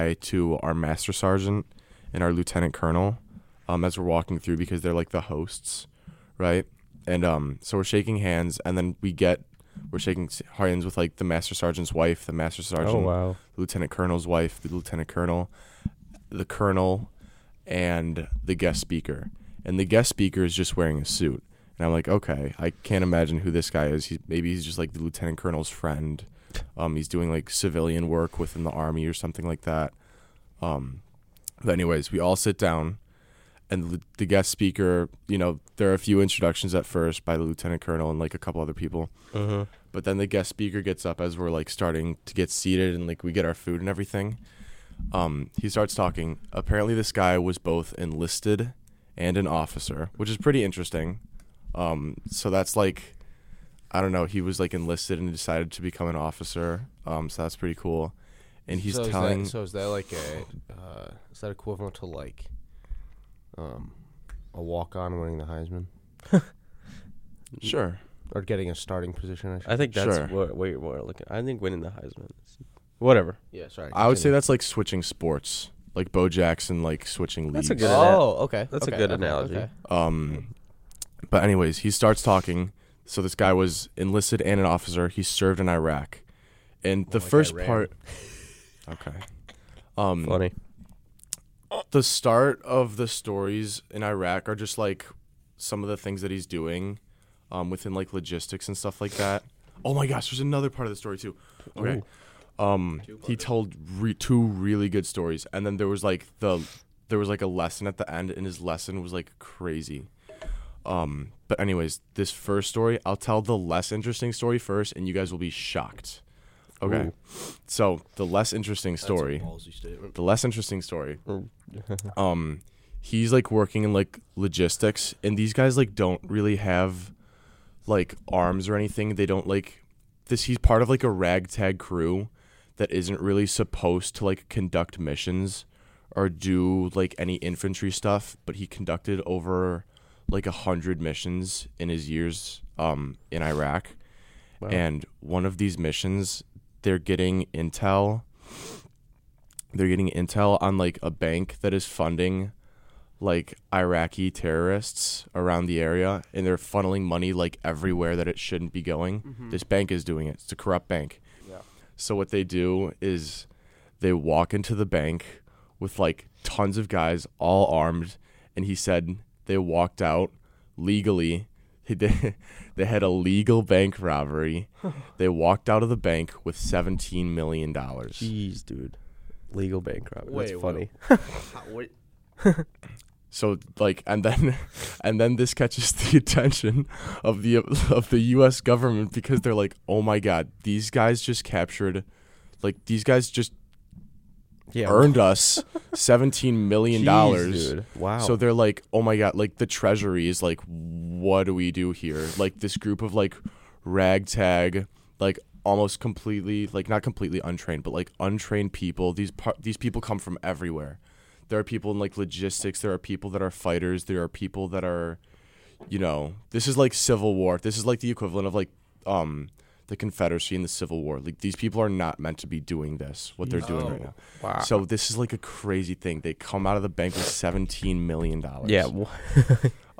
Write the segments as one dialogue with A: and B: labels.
A: hi to our master sergeant and our lieutenant colonel um, as we're walking through because they're like the hosts, right? And um, so we're shaking hands, and then we get we're shaking s- hands with like the master sergeant's wife, the master sergeant,
B: Oh wow.
A: the lieutenant colonel's wife, the lieutenant colonel, the colonel, and the guest speaker. And the guest speaker is just wearing a suit. And I'm like, okay, I can't imagine who this guy is. He's maybe he's just like the lieutenant colonel's friend. Um, he's doing like civilian work within the army or something like that. Um, but anyways, we all sit down, and the, the guest speaker. You know, there are a few introductions at first by the lieutenant colonel and like a couple other people.
B: Mm-hmm.
A: But then the guest speaker gets up as we're like starting to get seated and like we get our food and everything. Um, he starts talking. Apparently, this guy was both enlisted and an officer, which is pretty interesting. Um, so that's like, I don't know. He was like enlisted and decided to become an officer. Um, so that's pretty cool. And he's
C: so
A: telling.
C: Is that, so is that like a uh, is that equivalent to like um a walk on winning the Heisman
A: sure.
C: or getting a starting position? I should.
B: I think that's
A: Sure.
B: what we were looking. I think winning the Heisman. is- Whatever.
C: yeah, sorry.
A: I would say
C: continue.
A: that's like switching sports, like Bo Jackson, like switching leagues.
B: That's a good
C: Oh, okay.
B: That's a
C: okay,
B: good
C: okay,
B: analogy.
C: okay.
A: Um, but anyways, he starts talking. So this guy was enlisted and an officer. He served in Iraq, and the
C: More like
A: first
C: Iran.
A: part. Okay. Um,
B: Funny.
A: the start of the stories in Iraq are just like some of the things that he's doing, um, within like logistics and stuff like that. Oh my gosh, there's another part of the story too. Okay. Um, he told re- two really good stories, and then there was like the there was like a lesson at the end, and his lesson was like crazy. Um, but anyways, this first story, I'll tell the less interesting story first, and you guys will be shocked. Okay.
B: Ooh.
A: So the less interesting story, the less interesting story. um, he's like working in like logistics, and these guys like don't really have like arms or anything. They don't like this. He's part of like a ragtag crew that isn't really supposed to like conduct missions or do like any infantry stuff, but he conducted over like a hundred missions in his years um in Iraq.
B: Wow.
A: And one of these missions, they're getting intel. They're getting intel on like a bank that is funding like Iraqi terrorists around the area, and they're funneling money like everywhere that it shouldn't be going. This bank is doing it. It's a corrupt bank.
B: Mm-hmm. Yeah.
A: So what they do is they walk into the bank with like tons of guys all armed and he said they walked out legally He did- they had a legal bank robbery they walked out of the bank with 17 million dollars
B: Jeez, dude. Legal bank robbery.
C: Wait,
B: That's
C: wait.
B: funny.
A: so like and then and then this catches the attention of the of the US government because they're like oh my god these guys just captured like these guys just
B: Yeah.
A: earned us 17 million dollars
B: Jeez, dude. Wow.
A: So they're like, oh my god, like the treasury is like, what do we do here? Like this group of like ragtag, like almost completely, like not completely untrained, but like untrained people. These par- these people come from everywhere. There are people in like logistics. There are people that are fighters. There are people that are, you know, this is like civil war. This is like the equivalent of like um the Confederacy and the Civil War. Like these people are not meant to be doing this. What they're doing right now.
B: wow.
A: So this is like a crazy thing. They come out of the bank with seventeen million dollars.
B: yeah. wha-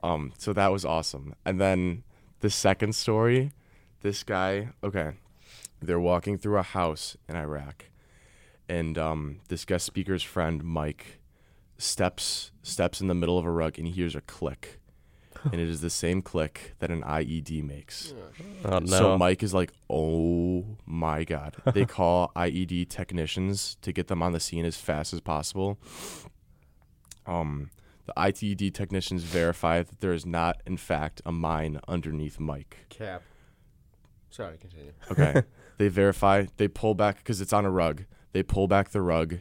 A: Um. So that was awesome. And then the second story, this guy. Okay, they're walking through a house in Iraq, and um, this guest speaker's friend Mike steps steps in the middle of a rug and he hears a click, and it is the same click that an IED
D: Hmm.
A: makes.
B: Oh, no.
A: So Mike is like, "Oh my god!" They call IED technicians to get them on the scene as fast as possible. Um, the IED technicians verify that there is not, in fact, a mine underneath Mike.
C: Cap. Sorry, continue.
A: Okay, they verify. They pull back because it's on a rug. They pull back the rug.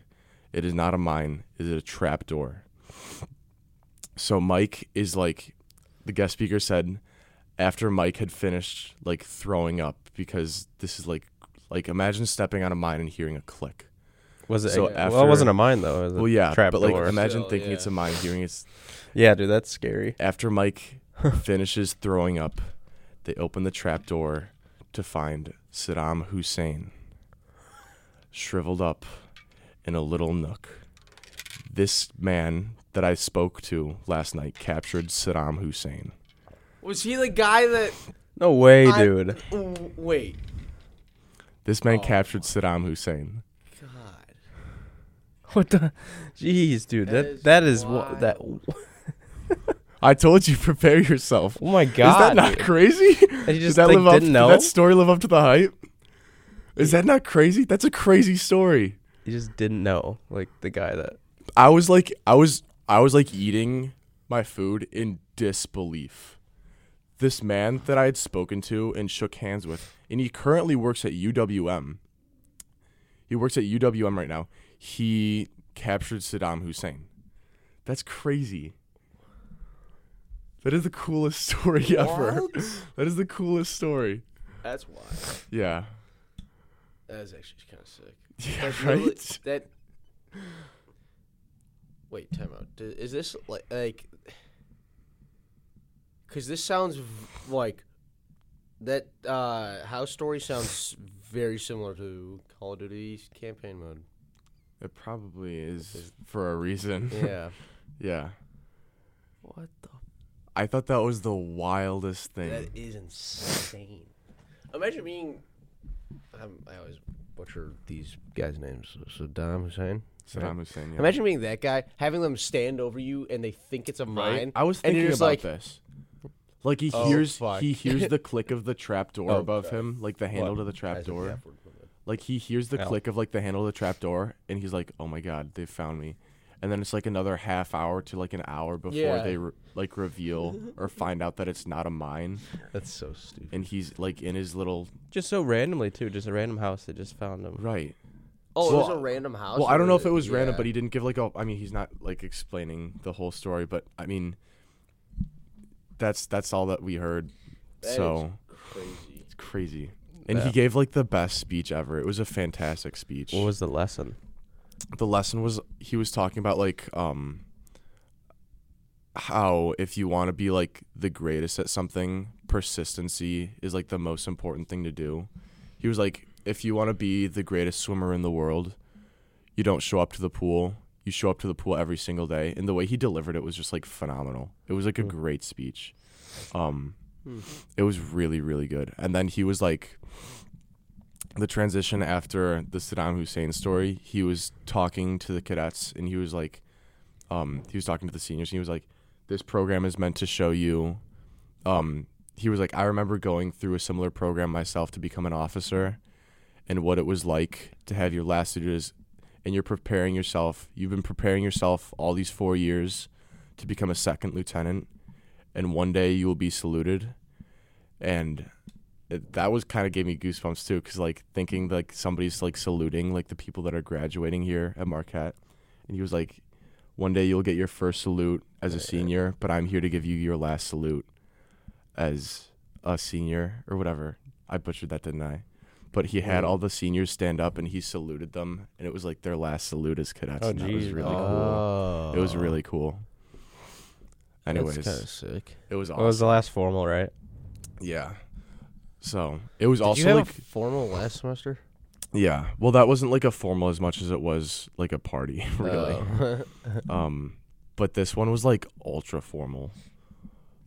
A: It is not a mine. It is a trap door. So Mike is like, the guest speaker said, after Mike had finished like throwing up because this is like, like imagine stepping on a mine and hearing a click.
B: was it?
A: so
B: well,
A: after-
B: it wasn't a mine though. It was a
A: Well, yeah,
B: trap
A: but
B: door.
A: like imagine
C: Still,
A: thinking
C: yeah.
A: it's a mine, hearing it's
B: yeah, dude. That's scary.
A: after Mike finishes throwing up. They open the trap door to find Saddam Hussein shriveled up in a little nook. This man that I spoke to last night captured Saddam Hussein.
D: Was he the guy that?
B: No way,
D: I-
B: dude.
D: w- Wait,
A: This
B: Oh
A: man captured Saddam Hussein.
D: God.
B: What the? Jeez, dude.
D: is
B: That that is what
D: wild.
B: that.
A: I told you, prepare yourself.
B: Oh my
A: Is
B: god.
A: that not
B: dude.
A: crazy?
B: you
A: Did
B: just,
A: that
B: like,
A: live up?
B: didn't know?
A: Did that story live up to the hype? Is that not crazy? That's a crazy story.
B: You just didn't know, like the guy that.
A: I was like, I was, I was like eating my food in disbelief. This man that I had spoken to and shook hands with, and he currently works at UWM. He works at UWM right now. He captured Saddam Hussein. That's crazy. That is the coolest story ever. That is the coolest story.
D: That's wild.
A: Yeah.
D: That is actually kind of sick.
A: Yeah,
D: That really-
A: right?
D: that. Wait, time out. D- Is this like like? Because this sounds v- like that uh, house story sounds very similar to Call of Duty campaign mode.
A: It probably is for a reason.
D: Yeah.
A: yeah.
D: what the?
A: I thought that was the wildest thing.
D: That is insane. Imagine being. I'm, I always butcher these guys' names. Saddam Hussein.
A: Saddam Hussein. Yeah.
D: Imagine being that guy, having them stand over you, and they think it's a mine.
A: I was
D: and
A: thinking
D: you're just
A: about
D: like,
A: this. Like he
D: Oh,
A: hears
D: fuck.
A: he hears the click of the trap door
D: Oh,
A: above
D: Christ.
A: him, like the handle
B: What?
A: to the trap
D: Guys, I'm
A: door.
D: backward from it.
A: Like he hears the
B: Ow.
A: click of like the handle to the trap door and he's like, "Oh my god, they found me." And then it's like another half hour to like an hour before
D: Yeah.
A: they re- like reveal or find out that it's not a mine
D: That's so stupid.
A: and he's like in his little
B: Just so randomly too, just a random house that just found him.
A: right.
D: Oh, it was
A: Well,
D: a random house.
A: Well, I
D: or
A: don't know if it was random,
D: yeah.
A: but he didn't give like a. I mean, he's not like explaining the whole story, but I mean, that's that's all that we heard.
D: That is
A: so
D: crazy.
A: it's crazy, and he
B: Yeah.
A: gave like the best speech ever. It was a fantastic speech.
B: What was the lesson?
A: the lesson was he was talking about like um how if you want to be like the greatest at something, persistency is like the most important thing to do. He was like, if you want to be the greatest swimmer in the world, you don't show up to the pool. You show up to the pool every single day. And the way he delivered it was just like phenomenal. It was like a great speech. Um it was really, really good. And then he was like the transition after the Saddam Hussein story, he was talking to the cadets and he was like um he was talking to the seniors and he was like, This program is meant to show you um he was like, I remember going through a similar program myself to become an officer and what it was like to have your last duties and you're preparing yourself. You've been preparing yourself all these four years to become a second lieutenant, and one day you will be saluted. And it, that was kind of gave me goosebumps too, because like thinking like somebody's like saluting like the people that are graduating here at Marquette, and he was like, "One day you'll get your first salute as a senior, but I'm here to give you your last salute as a senior or whatever." I butchered that, didn't I? But he had all the seniors stand up and he saluted them, and it was like their last salute as cadets.
B: Oh,
A: and that was
B: geez.
A: really cool.
D: Oh,
A: It was really cool. Anyways,
D: kind of sick.
A: it was
B: It was
A: awesome.
B: the last formal, right?
A: yeah. So it was
D: Did
A: also
D: you have
A: like
D: a formal last semester?
A: yeah. Well, that wasn't like a formal as much as it was like a party, really.
D: Oh.
A: Um, but this one was like ultra formal.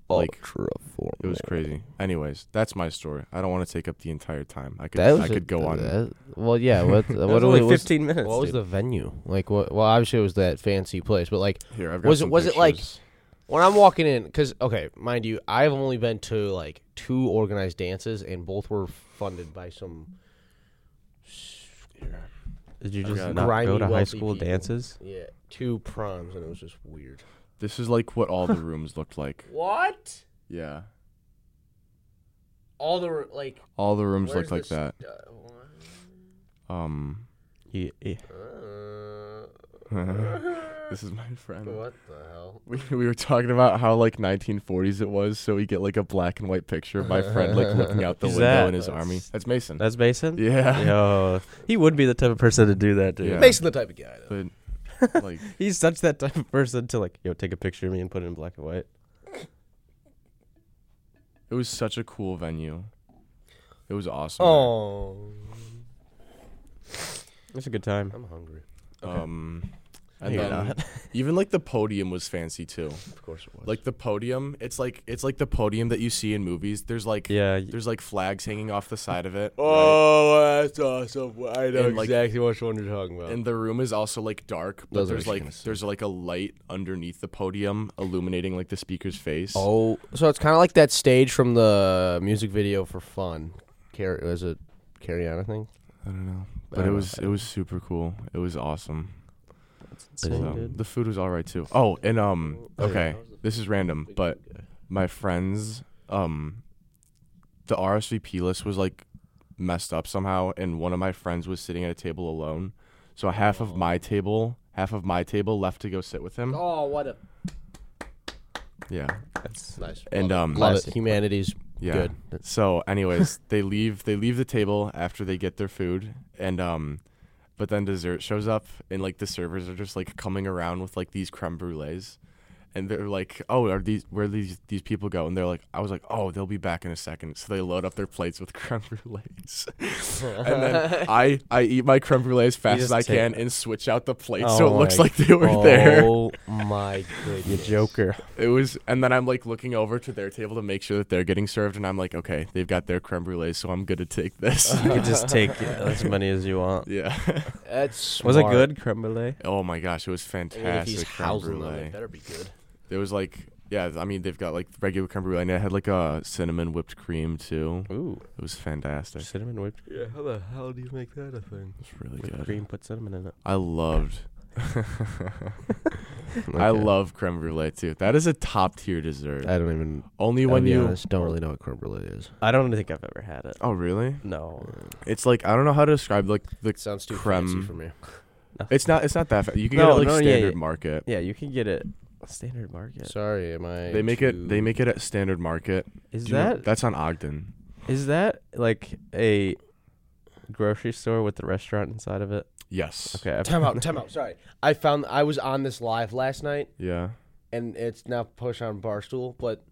A: Like-
D: Ultra formal.
A: It was crazy. Anyways, that's my story. I don't want to take up the entire time. I could
D: That was
A: I
D: a-
A: could go on.
D: that- well, yeah. What?
B: That
D: what
B: was
D: do
B: only
D: we- what's-
B: 15 minutes.
D: What was
B: dude.
D: the venue? Like, what, well, obviously it was that fancy place, but like
A: Here, I've got
D: Was it-
A: some
D: was it, like-
A: pictures.
D: when I'm walking in, because okay, mind you, I've only been to like two organized dances, and both were funded by some.
B: Did you just
A: Okay.
B: not
D: Grimy,
B: go to high
D: wealthy
B: school
D: people.
B: dances?
D: Yeah, two proms, and it was just weird.
A: This is like what all the rooms looked like.
D: What?
A: Yeah,
D: All the like
A: all the rooms looked
D: where's
A: like
D: this-
A: that.
D: uh, what?
A: Um,
B: Yeah, yeah.
D: Uh,
A: this is my friend.
D: what the hell?
A: we, we were talking about how like 1940s it was, so we get like a black and white picture of my friend like looking out the
B: Who's
A: window
B: that?
A: in his army. That's Mason.
B: That's Mason.
A: yeah.
B: Yo, he would be the type of person to do that, dude.
A: Yeah.
D: Mason, the type of guy. Though.
A: But like
B: He's such that type of person to like, yo, take a picture of me and put it in black and white.
A: it was such a cool venue. It was awesome.
D: Oh,
B: It's a good time.
D: I'm hungry.
A: Um, and
B: You're
A: then
B: not.
A: even like the podium was fancy too.
D: Of course it was.
A: Like the podium, it's like it's like the podium that you see in movies. There's like
B: Yeah. y-
A: there's like flags hanging off the side of it. right?
E: Oh, that's awesome. I
A: know And, like-
E: which one you're talking about.
A: And the room is also like dark, but
D: Those are
A: there's
D: what you're
A: like
D: gonna say.
A: there's like a light underneath the podium illuminating like the speaker's face.
D: oh, so it's kind of like that stage from the music video for Fun. Car- was it Carrie on, I think?
A: I don't know.
D: I
A: But it
D: don't
A: was
D: know.
A: it was super cool. It was awesome.
B: Insane,
A: So,
B: dude.
A: the food was all right too. Oh, and um
D: Oh, yeah.
A: okay, this is random, but my friends um the RSVP list was like messed up somehow and one of my friends was sitting at a table alone. So half of my table, half of my table left to go sit with him.
D: Oh, what a
A: Yeah.
B: That's-
D: nice.
A: And um
D: Love
B: Classic.
D: it. Humanity's
A: yeah.
D: good.
A: So, anyways, they leave. They leave the table after they get their food, and um, but then dessert shows up, and like the servers are just like coming around with like these creme brulees, and they're like, "Oh, are these where these these people go?" And they're like, "I was like, oh, they'll be back in a second. So they load up their plates with creme brulees, and then I I eat my creme brulees fast as
B: just
A: I
B: take
A: can
B: them.
A: and switch out the plates
B: Oh
A: so it looks
B: my
A: like they were
B: God.
A: there.
D: Oh my goodness.
B: You joker.
A: It was, and then I'm like looking over to their table to make sure that they're getting served, and I'm like, okay, they've got their creme brulees, so I'm good to take this.
B: You could just take as many as you want.
A: yeah.
D: That's
B: Was it
D: smart.
B: good, creme brulee?
A: Oh my gosh, it was
D: I mean, if
A: fantastic
D: he's
A: creme
D: housing them,
A: brulee.
D: it better be good.
A: There was like, yeah, I mean, they've got like regular creme brulee, and it had like a cinnamon whipped cream too.
B: Ooh,
A: It was fantastic. It
B: cinnamon whipped
E: yeah, how the hell do you make that a thing?
A: was really
B: whipped
A: good.
B: cream. Put cinnamon in it.
A: I loved. I love creme brulee too. That is a top tier dessert.
D: I don't even.
A: Only
D: I'll
A: when
D: be
A: you.
D: honest, don't really know what creme brulee is.
B: I don't think I've ever had it.
A: Oh really?
B: No.
A: It's like I don't know how to describe like the
D: It sounds too
A: Creme.
D: fancy for me.
A: It's not. It's not that. Fa- you can get
B: No,
A: it like
B: no, yeah,
A: standard
B: yeah.
A: market.
B: Yeah, you can get it. Standard market.
D: Sorry, am I?
A: They make
D: too-
A: it. They make it at standard market.
B: is
A: Do you know-
B: that is
A: that's on Ogden?
B: that like a grocery store with the restaurant inside of it?
A: Yes.
B: Okay. I've-
D: Time out, time out. Sorry, I found I was on this live last night,
A: Yeah.
D: and it's now push on barstool. But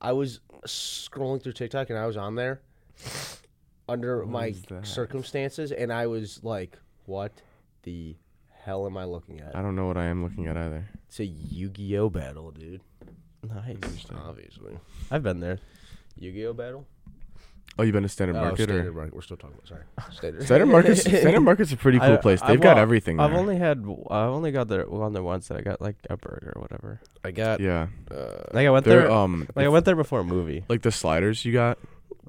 D: I was scrolling through TikTok, and I was on there under
A: What
D: my
A: is that?
D: circumstances, and I was like, "What the hell am I looking at?"
A: I don't know what I am looking at either.
D: It's a Yu-Gi-Oh battle, dude.
B: Nice.
D: Obviously,
B: I've been there.
D: Yu-Gi-Oh battle.
A: Oh, you've been to Standard
D: Oh,
A: Market
D: standard
A: or
D: market. We're still talking about sorry. Standard.
A: Standard Market's Standard Market's a pretty cool
B: I-
A: place.
B: I
A: They've got
B: wa-
A: everything there.
B: I've only had. I've only got there on there once, and I got like a burger or whatever.
D: I got.
A: yeah.
B: Like I went
A: They're
B: uh, there.
A: um
B: like I went there before a movie.
A: like the sliders you got.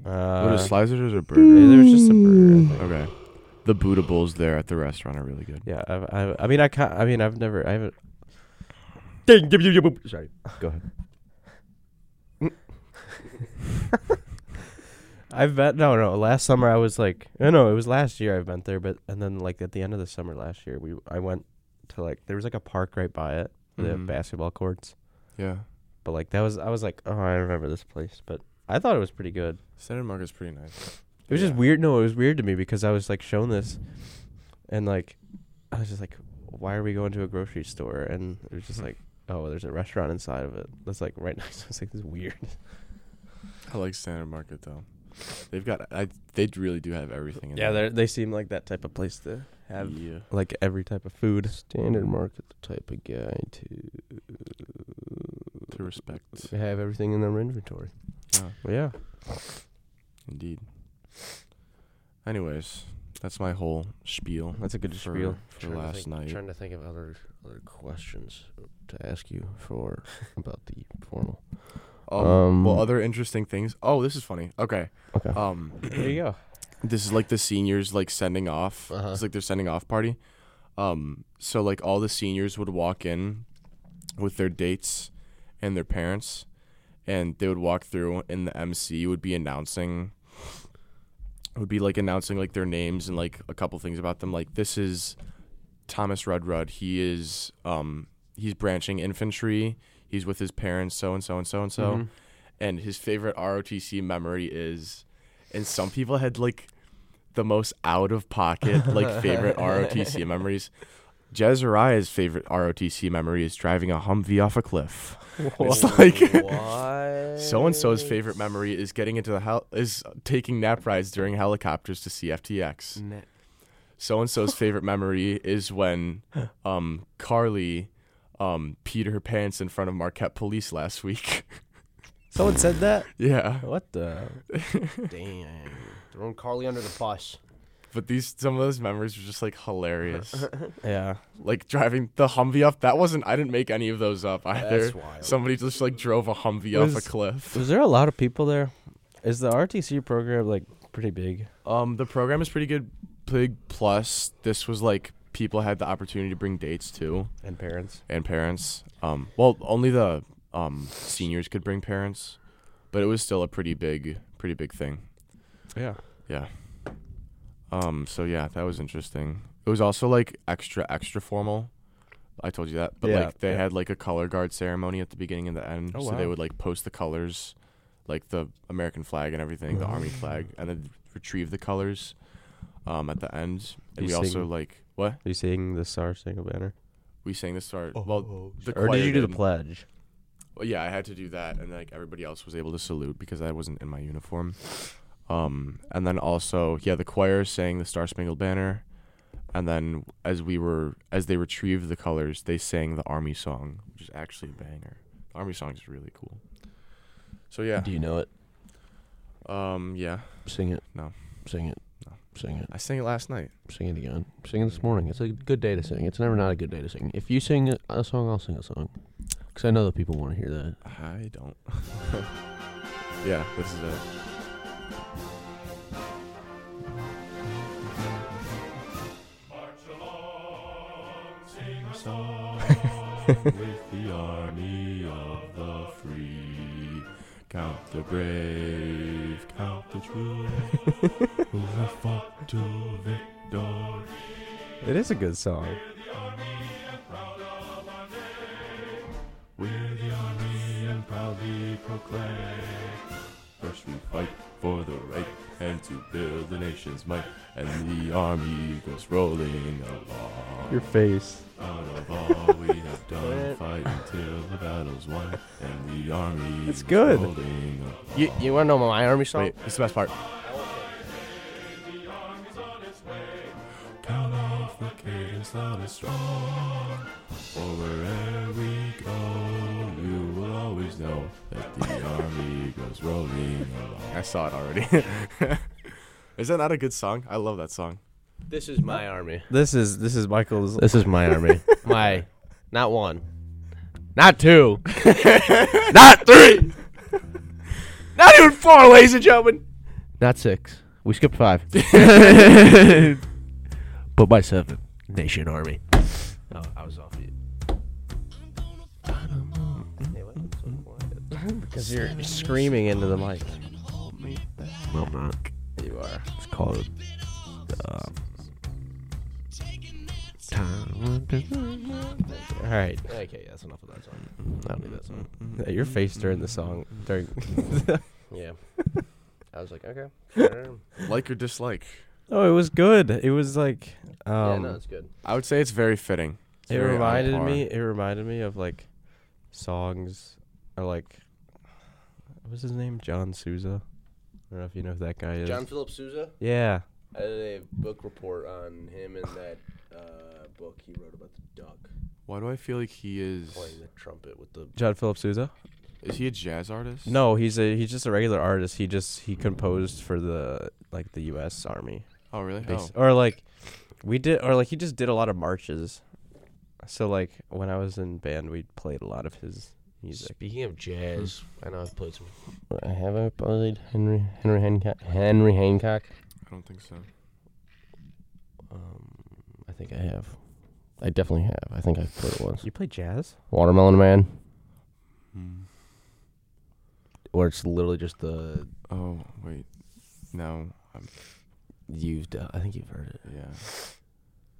B: Uh,
A: what Mm. are sliders or
B: yeah,
A: burger?
B: there was just a burger. I think.
A: okay. The Buddha bowls there at the restaurant are really good.
B: Yeah, I, I, I mean, I can't, I mean, I've never, I haven't.
D: Sorry.
B: I've been no, no. Last summer I was like, no, no, it was last year I've been there, but and then like at the end of the summer last year, we I went to like there was like a park right by it, the
A: Mhm.
B: basketball courts.
A: Yeah.
B: But like that was, I was like, oh, I remember this place, but I thought it was pretty good.
A: Standard Market's pretty nice.
B: It was just
A: Yeah.
B: weird. No, it was weird to me because I was like shown this, and like I was just like, why are we going to a grocery store? And it was just like, oh, there's a restaurant inside of it that's like right next. to It's like this is weird.
A: I like Standard Market though. They've got I they really do have everything in
B: Yeah,
A: there.
B: they they seem like that type of place to have
A: yeah.
B: like every type of food.
D: Standard market the type of guy to
A: to respect.
D: have everything in their inventory.
B: Yeah.
A: Indeed. Anyways, that's my whole spiel.
B: That's a good
A: for,
B: spiel.
A: for last night.
D: Trying to think of other other questions to ask you for about the formal.
A: Um,
D: um,
A: well, other interesting things. Oh, this is funny. Okay.
D: Okay.
A: Um,
B: There you go.
A: this is like the seniors like sending off.
D: Uh-huh.
A: It's like their sending off party. Um, so like all the seniors would walk in with their dates and their parents, and they would walk through, and the MC would be announcing. Would be like announcing like their names and like a couple things about them. Like this is Thomas Rudrud. He is um he's branching infantry. He's with his parents, so and so and so and so.
B: Mhm.
A: And his favorite ROTC memory is, and some people had like the most out of pocket like favorite ROTC memories. Jezariah's favorite ROTC memory is driving a Humvee off a cliff. It's like
D: what?
A: so and so's favorite memory
B: Mm.
A: is getting into the hel- is taking nap rides during helicopters to CFTX. so and so's favorite memory is when um, Carly um, peed her pants in front of Marquette police last week.
B: Someone said that.
A: yeah.
B: What the?
F: Dang. Throwing Carly under the bus.
A: But these some of those memories were just like hilarious.
B: Yeah.
A: like driving the Humvee up. That wasn't I didn't make any of those up either.
F: That's wild.
A: Somebody just like drove a Humvee off
B: Was-
A: a cliff.
B: Was there a lot of people there? Is the RTC program like pretty big?
A: Um, the program is pretty good. Big plus, this was like people had the opportunity to bring dates too,
B: And parents.
A: and parents. Um, well, only the um seniors could bring parents, but it was still a pretty big, pretty big thing.
B: Yeah.
A: Yeah. Um. So yeah, that was interesting. It was also like extra, extra formal. I told you that, but
B: Yeah,
A: like they
B: yeah.
A: had like a color guard ceremony at the beginning and the end.
B: Oh,
A: so they
B: wow.
A: would like post the colors, like the American flag and everything, the army flag, and then retrieve the colors, um, at the end. And
B: You
A: we also
B: sing-
A: like what
B: Are you seeing the SAR single banner?
A: we sang the start.
B: Oh,
A: well, the
B: or did
A: choir
B: you do the
A: did.
B: pledge?
A: Well, yeah, I had to do that, and like everybody else was able to salute because I wasn't in my uniform. Um, and then also, yeah, the choir sang the Star Spangled Banner, and then as we were as they retrieved the colors, they sang the army song, which is actually a banger. The army song is really cool. So yeah,
F: Do you know it?
A: um, yeah,
C: Sing it.
A: No.
C: Sing it.
A: No.
C: Sing it.
A: I sang it last night.
C: Sing it again. Sing it this morning. It's a good day to sing. It's never not a good day to sing. If you sing a- a song, I'll sing a song. Because I know that people want to hear that.
A: I don't. yeah, this is it. with the army of the free. Count the brave, count the true, who have fought to victory.
B: It is a good song.
A: We're the army and proudly proclaim. First we fight for the right and to build the nation's might, and the army goes rolling along.
B: Your face.
A: Out of all we have done, fight until the battle's won, and the army
B: It's
A: is
B: good.
A: holding up.
F: You, you want to know my army song?
A: Wait, it's the best part. Count off the cadence loud and strong. For wherever we go, you will always know that the army goes rolling along. I saw it already. is that not a good song? I love that song.
F: This is my army.
B: This is this is Michael's.
F: This is my army. my, not one, not two, not three, not even four, ladies and gentlemen.
C: Not six. We skipped five. but by seven. Nation Army.
F: Oh, I was off it.
B: Because you're screaming into the mic.
C: No, I'm not.
B: You are.
C: It's called. Um, time.
B: All right.
F: Okay, that's enough of that song.
C: I don't
F: Do that song.
B: Your face during the song. During.
F: Yeah. I was like, okay.
A: Like or dislike?
B: oh, it was good. It was like. Um,
F: yeah, no, it's good.
A: I would say it's very fitting. It's
B: it
A: very on
B: reminded
A: par.
B: me. It reminded me of like, songs, or like. What was his name? John Souza. I don't know if you know who that guy is.
F: John Philip Sousa.
B: Yeah.
F: I did a book report on him and that uh, book he wrote about the duck
A: Why do I feel like he is?
F: playing the trumpet with the.
B: John Philip Sousa.
A: Is he a jazz artist?
B: No, he's a he's just a regular artist. He just he composed for the like the U.S. Army.
A: Oh really? Oh.
B: Basi- Or like we did or like he just did a lot of marches. So like when I was in band we played a lot of his music.
F: Speaking of jazz, I know I've played some.
C: I have I played Henry Henry Hancock. Henry Hancock.
A: I don't think so.
C: Um, I think I have. I definitely have. I think I've played it once.
B: You play jazz?
C: Watermelon Man,
A: Hmm.
C: where it's literally just the
A: Oh wait, no. I'm,
C: used. Uh, I think you've heard it.
A: yeah.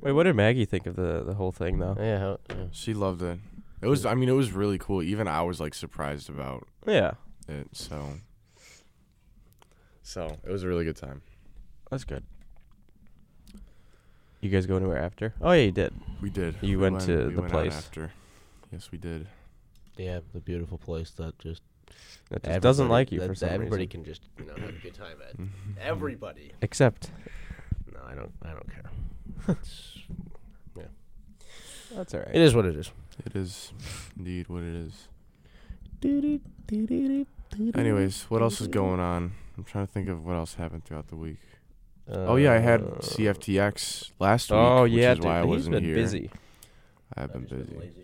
B: Wait, what did Maggie think of the the whole thing though?
C: Yeah, how, yeah.
A: She loved it. It was. I mean, it was really cool. Even I was like surprised about
B: Yeah.
A: it. So. So it was a really good time.
B: That's good. You guys go anywhere after? Oh yeah, you did.
A: We did.
B: You
A: We
B: went to the
A: out
B: place.
A: after. Yes, we did.
C: yeah, the beautiful place that just
B: That just doesn't
F: Everybody-
B: like you
F: that-
B: for some
F: that Everybody
B: reason.
F: can just you know have a good time at everybody.
B: Except
F: No, I don't. I don't care. It's-
B: that's all right.
F: it is what it is.
A: It is indeed what it is. Anyways, what else is going on? I'm trying to think of what else happened throughout the week. oh yeah, I had
B: Uh,
A: CFTX last week,
B: Oh
A: which
B: yeah,
A: is
B: dude,
A: why I
B: he's
A: wasn't
B: been
A: here.
B: busy.
A: I've been busy.
F: lazy.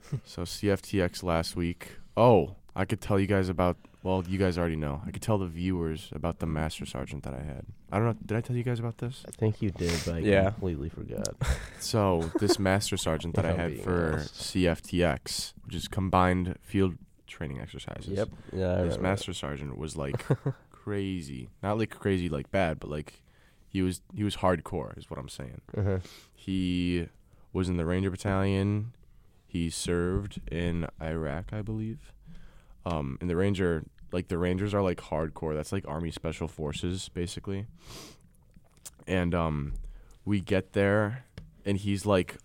A: So CFTX last week. Oh, I could tell you guys about. Well, you guys already know. I could tell the viewers about the master sergeant that I had. I don't know. Did I tell you guys about this?
F: I think you did, but I
B: Yeah.
F: completely forgot.
A: So this master sergeant that I
B: If I'm
A: had
B: being
A: for
B: honest.
A: CFTX, which is combined field training exercises.
B: Yep. Yeah. I
A: This
B: remember
A: master sergeant was like crazy. Not like crazy like bad, but like he was he was hardcore is what I'm saying.
B: that. Uh-huh.
A: He was in the Ranger Battalion. He served in Iraq, I believe. Um, and the Ranger, like the Rangers, are like hardcore. That's like Army Special Forces, basically. And um, we get there, and he's like,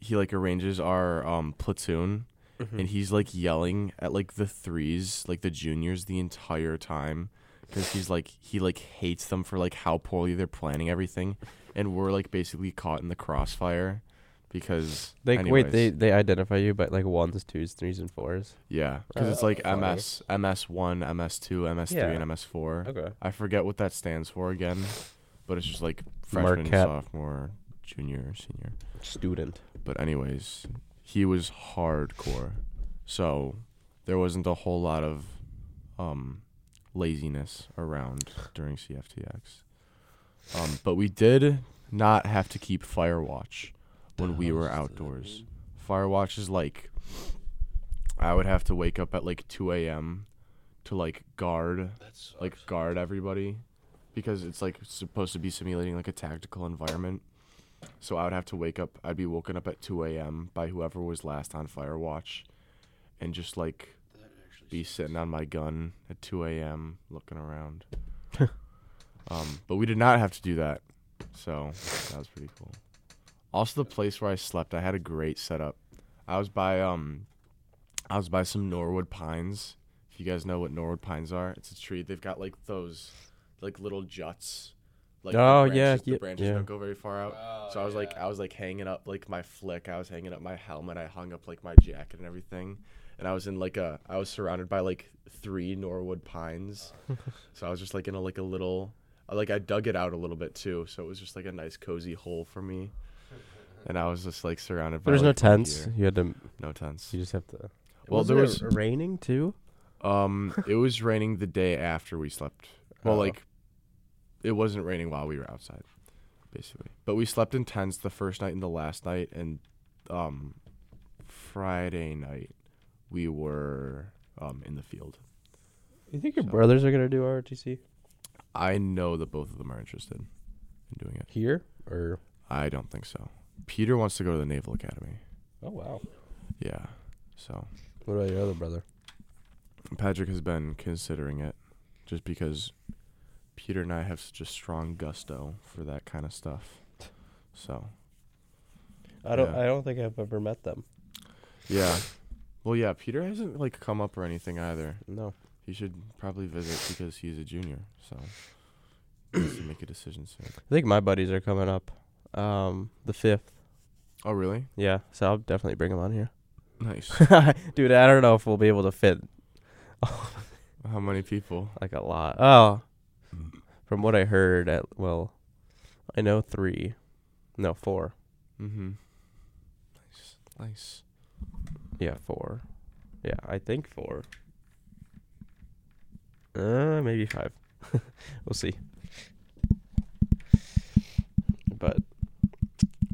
A: he like arranges our um platoon,
B: Mm-hmm.
A: and he's like yelling at like the threes, like the juniors, the entire time, because he's like he like hates them for like how poorly they're planning everything and we're like basically caught in the crossfire because
B: Like
A: anyways,
B: wait, they they identify you by like ones, twos, threes, and fours.
A: yeah because it's
B: Oh,
A: like
B: funny.
A: MS MS one MS two MS three
B: Yeah.
A: and MS four
B: Okay.
A: I forget what that stands for again but it's just like freshman
B: Marquette.
A: sophomore junior senior
B: Student.
A: but anyways he was hardcore so there wasn't a whole lot of um laziness around during CFTX um but we did not have to keep firewatch when we were outdoors firewatch is like I would have to wake up at like 2 a.m. to like guard, like guard everybody, because it's like supposed to be simulating like a tactical environment. So I would have to wake up. I'd be woken up at 2 a.m. by whoever was last on Firewatch, and just like be sitting on my gun at 2 a.m. looking around. um, but we did not have to do that, so that was pretty cool. Also, the place where I slept, I had a great setup. I was by um I was by some Norwood pines. If you guys know what Norwood pines are, it's a tree. They've got like those, like little juts. Like the
B: Oh, yeah,
A: branches-
B: yeah,
A: the branches
B: yeah.
A: don't go very far out. so I was like, I was like hanging up like my flick. I was hanging up my helmet. I hung up like my jacket and everything. And I was in like a, I was surrounded by like three Norwood pines. so I was just like in a like a little, uh, like I dug it out a little bit too. So it was just like a nice cozy hole for me. And I was just like surrounded by.
B: There's no
A: like, my
B: tents.
A: gear.
B: You had to.
A: No tents.
B: You just have to.
A: Well, there
B: Wasn't it raining too.
A: Um, it was raining the day after we slept. Well,
B: Oh.
A: like, it wasn't raining while we were outside, basically. But we slept in tents the first night and the last night, and um, Friday night we were um in the field.
B: You think your
A: So-
B: brothers are gonna do ROTC
A: I know that both of them are interested in doing it.
B: here or?
D: er,
A: I don't think so. Peter wants to go to the Naval Academy.
B: Oh wow.
A: Yeah. So
B: What about your other brother?
A: Patrick has been considering it, just because Peter and I have such a strong gusto for that kind of stuff. So
B: I don't.
A: Yeah.
B: I don't think I've ever met them.
A: yeah, well yeah, Peter hasn't like come up or anything either.
B: No.
A: He should probably visit because he's a junior, so he needs to make a decision soon.
B: I think my buddies are coming up. Um, the fifth.
A: Oh really?
B: Yeah. So I'll definitely bring them on here.
A: Nice.
B: Dude, I don't know if we'll be able to fit
A: How many people?
B: like a lot. Oh, from what I heard, at well, I know three, no four.
A: Mm-hmm. Nice. Nice.
B: Yeah, four. Yeah, I think four. Uh, maybe five. we'll see. But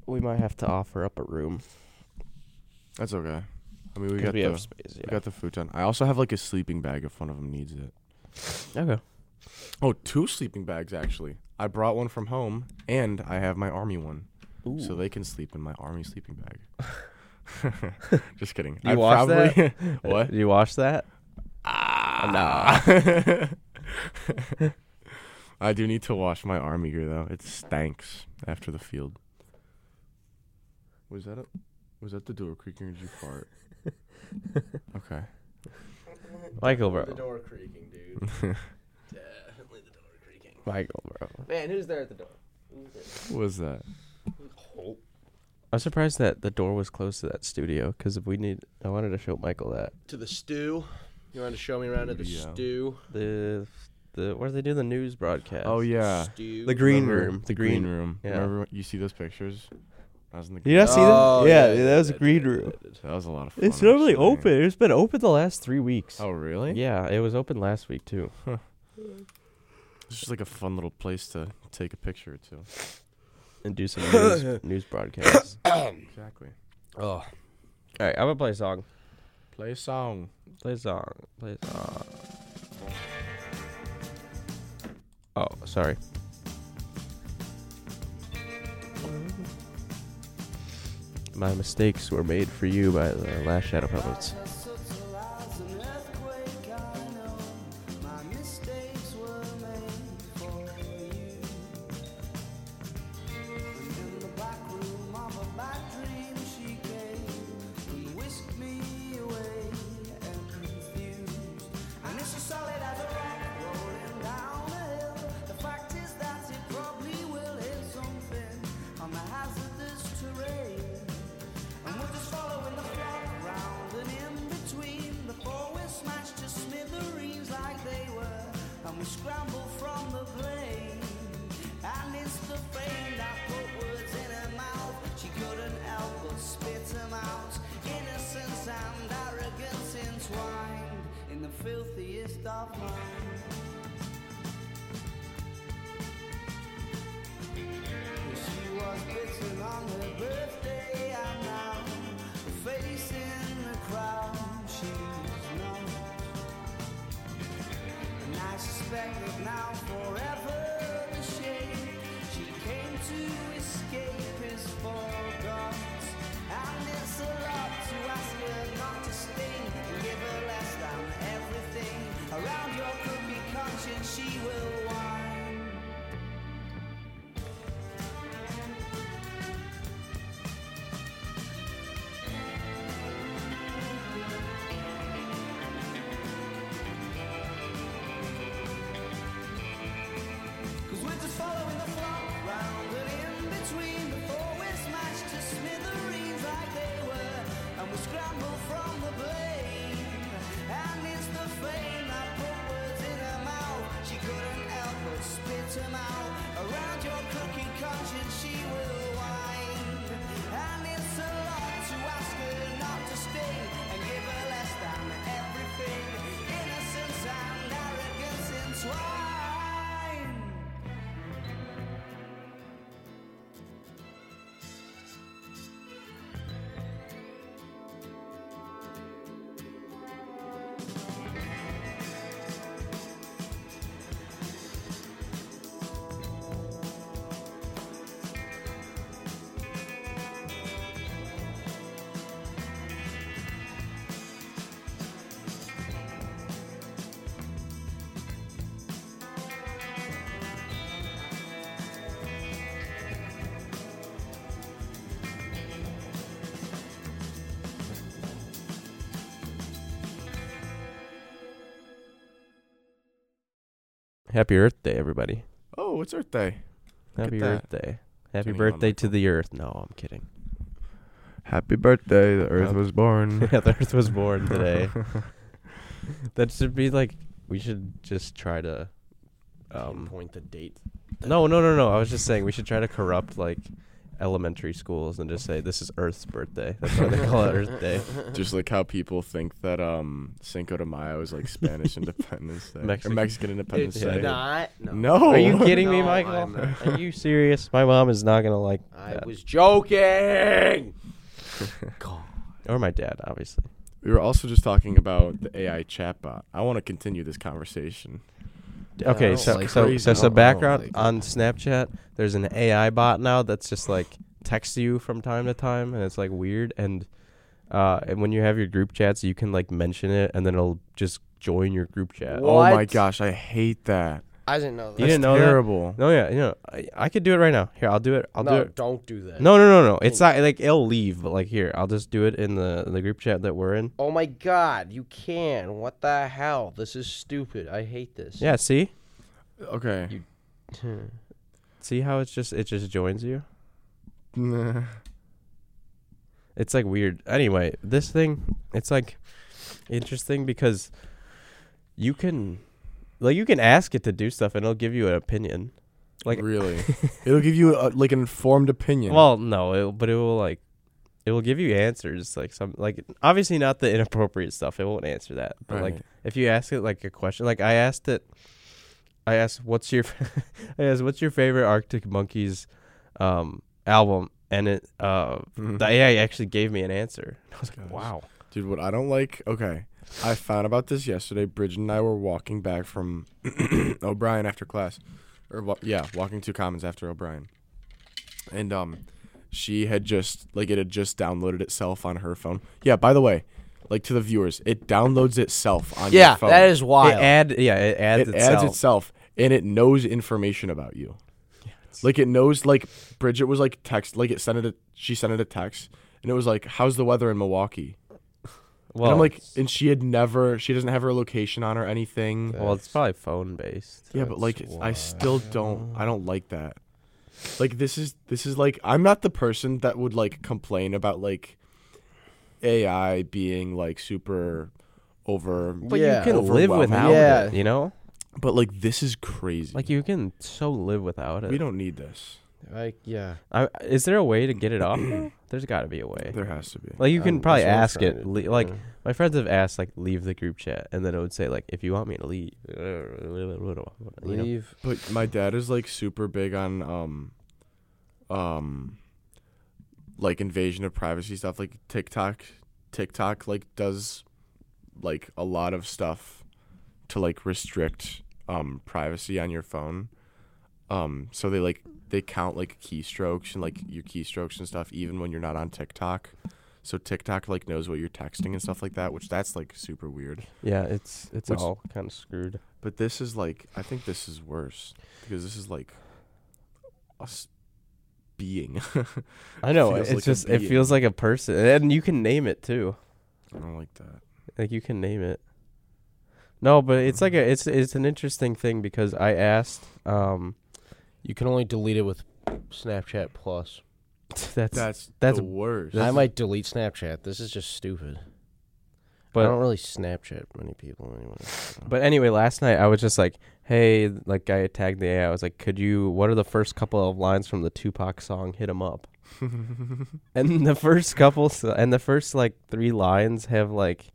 B: we might have to offer up a room.
A: That's okay. I mean we
B: 'cause
A: got
B: we
A: the
B: have space.
A: we
B: Yeah.
A: got the futon. I also have like a sleeping bag if one of them needs it.
B: okay.
A: Oh, two sleeping bags actually. I brought one from home, and I have my army one,
B: Ooh.
A: so they can sleep in my army sleeping bag. Just kidding.
B: Do you watch
A: that?
B: Uh,
A: what?
B: did you watch that?
A: Ah, no. I do need to wash my army gear though. It stanks after the field. Was that a? Was that the door creaking? Or did you fart? okay.
G: Michael, bro.
D: door creaking, dude. Definitely the door creaking.
G: Michael, bro.
D: Man, who's there at the door?
A: What was that?
G: I'm surprised that the door was closed to that studio because if we need, I wanted to show Michael that
D: To the stew. You want to show me around to the
A: Yeah.
D: stew?
G: the the where they do the news broadcast.
A: Oh yeah,
D: Stew.
G: the green
A: Remember
G: room. The green. room. yeah.
A: Remember when- you see those pictures? I was in the
G: You not see
D: Oh,
G: that? Yeah,
D: yeah,
G: that was
D: yeah,
G: a green
D: yeah,
G: room.
A: That was a lot of fun.
G: It's normally
A: actually.
G: open. It's been open the last three weeks.
A: Oh really?
G: Yeah, it was open last week too.
A: It's just like a fun little place to take a picture or two.
G: And do some news, news broadcasts.
A: Exactly.
D: Oh,
G: All right, I'm gonna play a song.
A: Play a song.
G: Play a song. Play a song. Oh, sorry. My mistakes were made for you by the Last Shadow Puppets. Happy Earth Day, everybody.
A: Oh, it's Earth Day. at
G: Happy
A: that.
G: Earth Day. Happy
A: Turning on
G: birthday
A: my
G: to the Earth. No, I'm kidding.
A: Happy birthday. The
G: Earth
A: was born.
G: yeah, the Earth was born today. that should be like we should just try to. Um,
D: point the date.
G: no, no, no, no. I was just saying we should try to corrupt like elementary schools and just say this is Earth's birthday. That's why they call it Earth Day.
A: Just like how people think that um Cinco de Mayo is like Spanish Independence Day
G: Mexican-
A: or Mexican Independence
G: It's
A: Day.
D: not. No.
A: No.
G: Are you kidding me,
D: No,
G: Michael?
D: I'm not.
G: Are you serious? My mom is not gonna like
D: I
G: that.
D: was joking. God.
G: or my dad, obviously.
A: We were also just talking about the AI chatbot. I want to continue this conversation.
D: Yeah, I
G: okay,
D: don't
G: so
D: like
G: so
A: crazy.
G: so,
A: I don't-
G: so
A: I don't
G: background
A: like it.
G: on Snapchat, there's an AI bot now that's just like texts you from time to time, and it's like weird. And uh, and when you have your group chats, you can like mention it, and then it'll just join your group chat.
D: Wha-
A: Oh my
D: What?
A: gosh, I hate that.
D: I didn't know that.
B: You didn't know that?
A: terrible.
B: No, yeah, you know, I, I could do it right now. Here, I'll do it. I'll
D: no,
B: do it.
D: don't do that.
B: No, no, no, no. It's not like it'll leave, but like here, I'll just do it in the the group chat that we're in.
D: Oh my god, you can. What the hell? This is stupid. I hate this. Hmm.
B: Yeah, see,
A: Okay.
B: see how it's just it just joins you. It's like weird. Anyway, this thing, it's like interesting because you can, like, you can ask it to do stuff and it'll give you an opinion. Like,
A: really? It'll give you a, like an informed opinion.
B: well, no, it'll, but it will like, it will give you answers. Like some, like obviously not the inappropriate stuff. It won't answer that. But like,
A: Right.
B: if you ask it like a question, like I asked it, I asked what's your, I asked what's your favorite Arctic Monkeys, um, album, and it, uh,
A: Mhm.
B: the AI actually gave me an answer. I was like,
A: Gosh.
B: wow.
A: Dude, what I don't like. Okay, I found about this yesterday. Bridget and I were walking back from O'Brien after class, or wa- yeah, walking to Commons after O'Brien, and um, she had just like it had just downloaded itself on her phone. Yeah, by the way, like to the viewers, it downloads itself on
D: Yeah,
A: your phone.
D: that is wild.
B: It add yeah, it adds
A: it
B: itself.
A: adds itself and it knows information about you like it knows like bridget was like text like it sent it a, she sent it a text and it was like how's the weather in milwaukee
B: well,
A: and i'm like and she had never she doesn't have her location on or anything
B: well, it's probably phone based.
A: yeah but like i still don't i don't like that like this is this is like i'm not the person that would like complain about like ai being like super over
B: But
D: Yeah.
B: you can live
A: Overwhelming.
B: without
D: Yeah.
B: it, you know?
A: but like this is crazy
B: Like you can so live without
A: we
B: it.
A: don't need this
D: Like yeah.
B: I, is there a way to get it off? though? There's got to be a way.
A: there has to be
B: Like you can
D: Um,
B: probably
D: that's
B: ask
D: what I'm
B: it.
D: trying
B: Le- like my friends have asked, like leave the group chat, and then it would say like, if you want me to leave, you know?
D: Leave.
A: But my dad is like super big on um um like invasion of privacy stuff like TikTok TikTok like does like a lot of stuff to like restrict um privacy on your phone. Um so they like they count like keystrokes and like your keystrokes and stuff even when you're not on TikTok. So TikTok like knows what you're texting and stuff like that, which that's like super weird.
B: Yeah, it's it's
A: Which-
B: all kind of screwed.
A: But this is like I think this is worse because this is like us being. I
B: I know.
A: Feels
B: It's
A: like a
B: just it
A: being.
B: feels like a person, and you can name it too.
A: don't like that.
B: Like you can name it. No, but it's like a it's it's an interesting thing because I asked um
D: You can only delete it with Snapchat Plus.
B: that's,
A: That's
B: that's-
A: the worst.
D: I might delete Snapchat. This is just stupid. I don't
B: but
D: really Snapchat many people anyway.
B: but anyway, last night I was just like, hey, like I tagged the AI. I was like, could you? What are the first couple of lines from the Tupac song? Hit 'em up. and the first couple s- and the first like three lines have like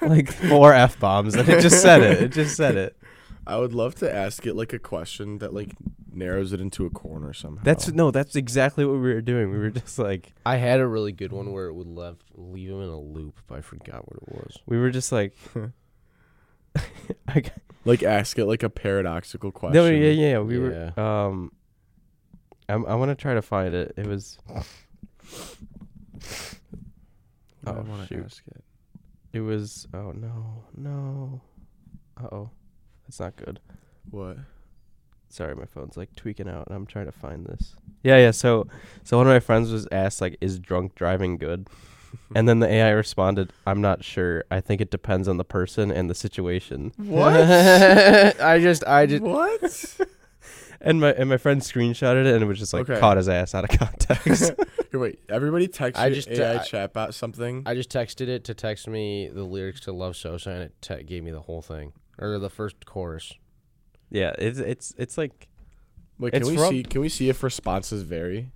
B: like four f bombs, and it just said it. It just said it.
A: I would love to ask it like a question that like narrows it into a corner somehow.
B: That's no, that's exactly what we were doing. We were just like.
D: I had a really good one where it would left leave him in a loop, but I forgot what it was.
B: We were just like, I, g-
A: like ask it like a paradoxical question.
B: no, yeah, yeah, yeah, we
D: Yeah.
B: were. Um, I'm, I want to try to find it. It was,
A: What do I
B: Oh,
A: wanna
B: shoot.
A: ask it.
B: it was. Oh no, no. Uh oh, that's not good.
A: What?
B: Sorry, my phone's like tweaking out, and I'm trying to find this. Yeah, yeah. So, so one of my friends was asked like, "Is drunk driving good?" and then the AI responded, "I'm not sure. I think it depends on the person and the situation."
D: I just I just
A: what?
B: And my and my friend screenshotted it and it was just like
A: Okay.
B: caught his ass out of context.
A: Here, wait, everybody text
D: I
A: your
D: just-
A: AI
D: I-
A: chatbot something.
D: I just texted it to text me the lyrics to Love Sosa, and it te- gave me the whole thing or the first chorus.
B: yeah, it's it's it's like
A: Wait, can
B: it's
A: we
B: from-
A: see? Can we see if responses vary?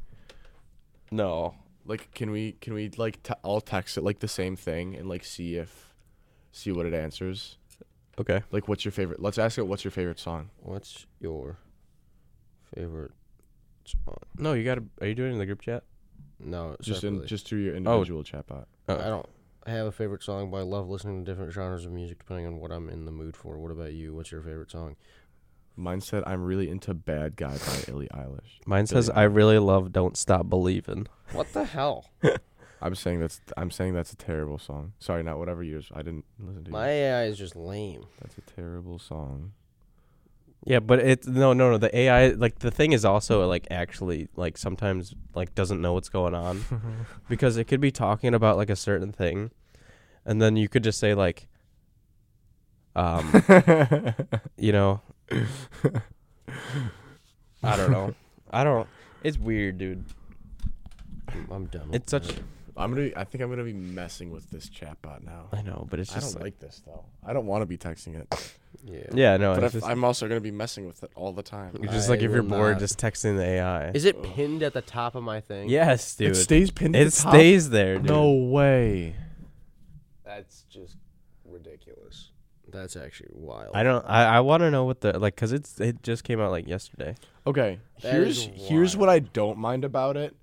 B: no.
A: Like, can we can we like t- all text it like the same thing and like see if see what it answers?
B: Okay.
A: Like, what's your favorite? Let's ask it. What's your favorite song?
D: What's your favorite?
B: No, you got to Are you doing it in the group chat?
D: No,
A: Just in
D: separately.
A: just through
B: Oh.
A: your individual chatbot.
D: I don't have a favorite song, but I love listening to different genres of music depending on what I'm in the mood for. What about you? What's your favorite song?
A: Mine said, "I'm really into Bad Guy by Billie Eilish."
B: Mine says I really love Don't Stop Believing.
D: What the hell?
A: I'm saying that's I'm saying that's a terrible song. Sorry, not whatever yours. I didn't listen to.
D: My
A: yours.
D: AI is just lame.
A: That's a terrible song.
B: Yeah, but it's no, no, no. The AI, like the thing, is also like actually like sometimes like doesn't know what's going on because it could be talking about like a certain thing, and then you could just say like, um, you know, I don't know, I don't. It's weird, dude.
D: I'm, I'm done. with
B: It's such.
D: that.
A: I'm gonna. Be, I think I'm gonna be messing with this chatbot now.
B: I know, but it's
A: I
B: just.
A: don't like this though. I don't want to be texting it,
D: Yeah.
B: yeah, no.
A: but
B: It's
A: if,
B: just,
A: I'm also gonna be messing with it all the time.
B: you're just
D: I
B: like if you're
D: will
B: bored,
D: not.
B: just texting the AI.
D: Is it pinned at the top of my thing?
B: yes, dude.
A: It stays pinned.
B: It stays there, dude.
A: No way.
D: That's just ridiculous. That's actually wild.
B: I don't. I, I want to know what the like because it's it just came out like yesterday.
A: Okay,
D: That
A: here's
D: is
A: here's what I don't mind about it.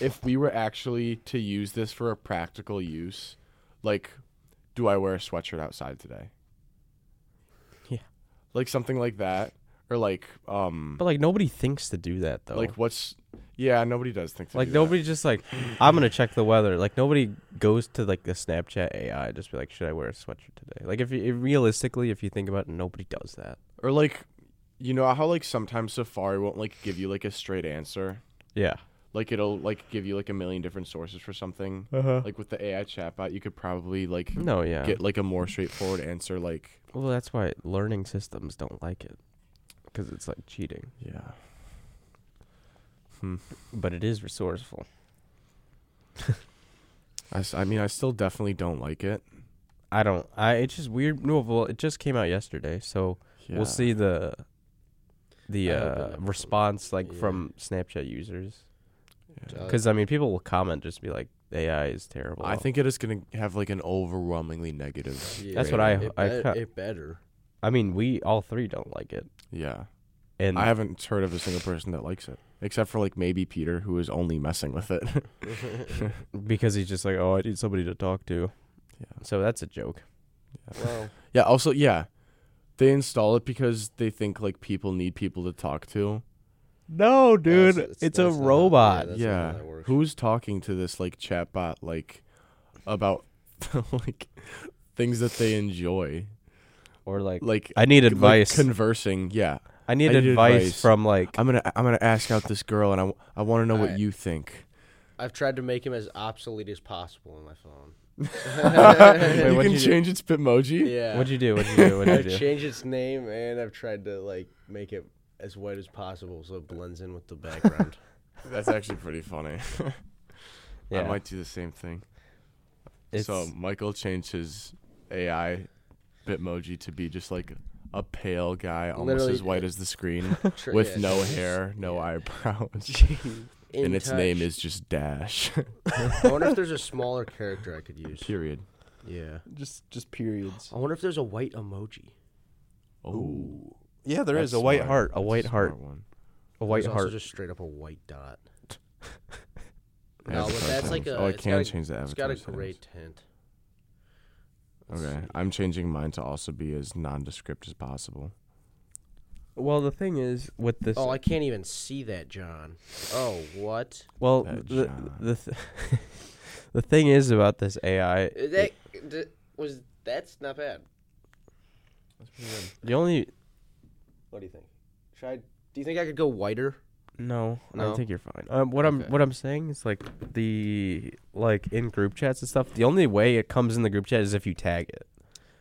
A: If we were actually to use this for a practical use, like, do I wear a sweatshirt outside today?
B: Yeah.
A: Like something like that, or like um,
B: But like nobody thinks to do that though.
A: like what's yeah, nobody does think to
B: Like
A: do that.
B: nobody just like I'm gonna check the weather. Like nobody goes to like the Snapchat AI just be like, should I wear a sweatshirt today? Like if you, realistically, if you think about it, nobody does that.
A: or like you know how like sometimes Safari won't like give you like a straight answer.
B: Yeah.
A: like it'll like give you like a million different sources for something. Like with the AI chatbot, you could probably like
B: No. Yeah.
A: get like a more straightforward answer. Like
B: well, that's why learning systems don't like it because it's like cheating.
A: yeah,
B: But it is resourceful.
A: I, s- I mean I still definitely don't like it.
B: I don't. I. It's just weird. No. Well, it just came out yesterday, so
A: Yeah.
B: we'll see the the
D: I hope it
B: uh,
D: never-
B: response like
D: yeah.
B: from Snapchat users.
D: Uh,
B: Because I mean, people will comment just be like, "AI is terrible."
A: I think it is gonna have like an overwhelmingly negative.
D: yeah,
B: that's what I-
D: It,
B: I
D: bet-
B: cut-
D: it better.
B: I mean, we all three don't like it,
A: Yeah,
B: and
A: I haven't heard of a single person that likes it except for like maybe Peter who is only messing with it.
B: because he's just like, "Oh, I need somebody to talk to."
A: Yeah.
B: So that's a joke.
D: Well,
A: yeah. Also, yeah, they install it because they think like people need people to talk to.
B: No,
D: dude, That's- it's- it's a that's not- robot. That's not how
A: yeah.
D: that works.
A: Who's talking to this like chatbot like about like things that they enjoy?
B: Or like,
A: Like
B: I need
A: like,
B: advice.
A: conversing. Yeah.
B: I need
A: I need
B: advice,
A: advice.
B: from like.
A: I'm going to I'm going to ask out this girl and I, w- I want to know what
D: Alright.
A: you think.
D: I've tried to make him as obsolete as possible on my phone.
A: you
B: what'd
A: can
B: you do?
A: change its Bitmoji?
D: Yeah.
B: What'd you do? What'd you do? What'd
D: I've
B: you do?
D: changed its name and I've tried to like make it as white as possible so it blends in with the background.
A: That's actually pretty funny. I
B: Yeah.
A: might do the same thing.
B: It's,
A: So Michael changed his AI Bitmoji to be just like a pale guy, almost
D: Literally-
A: as white as the screen,
D: Tr-
A: with
D: yeah,
A: no
D: it's-
A: hair, no eyebrows.
D: In
A: and its
D: touch.
A: name is just Dash.
D: I wonder if there's a smaller character I could use.
A: Period.
D: Yeah.
F: Just just periods.
D: I wonder if there's a white emoji.
A: Oh,
B: yeah, there
A: there
B: is
A: is
B: a white heart, a white heart,
A: one.
B: a white
D: There's
B: heart.
D: also just straight up a white dot.
A: Yeah,
D: no, but
A: avatar
D: that's like
A: settings.
D: a.
A: Oh, I
D: it's got
A: can
D: a-
A: change the
D: It's got
A: avatar.
D: a
A: settings.
D: gray tint. Let's
A: Okay,
D: see.
A: I'm changing mine to also be as nondescript as possible.
B: well, the thing is with this.
D: Oh, I can't even see that, John. Oh, what?
B: Well,
A: That
B: the
A: John.
B: the, th- the thing is about this AI.
D: Uh, That d- was. That's not bad.
B: The only
D: What do you think? Should I? Do you think I could go whiter?
B: no,
D: No?
B: I think you're fine. Um, what I'm
D: Okay.
B: what I'm saying is like the like in group chats and stuff. The only way it comes in the group chat is if you tag it.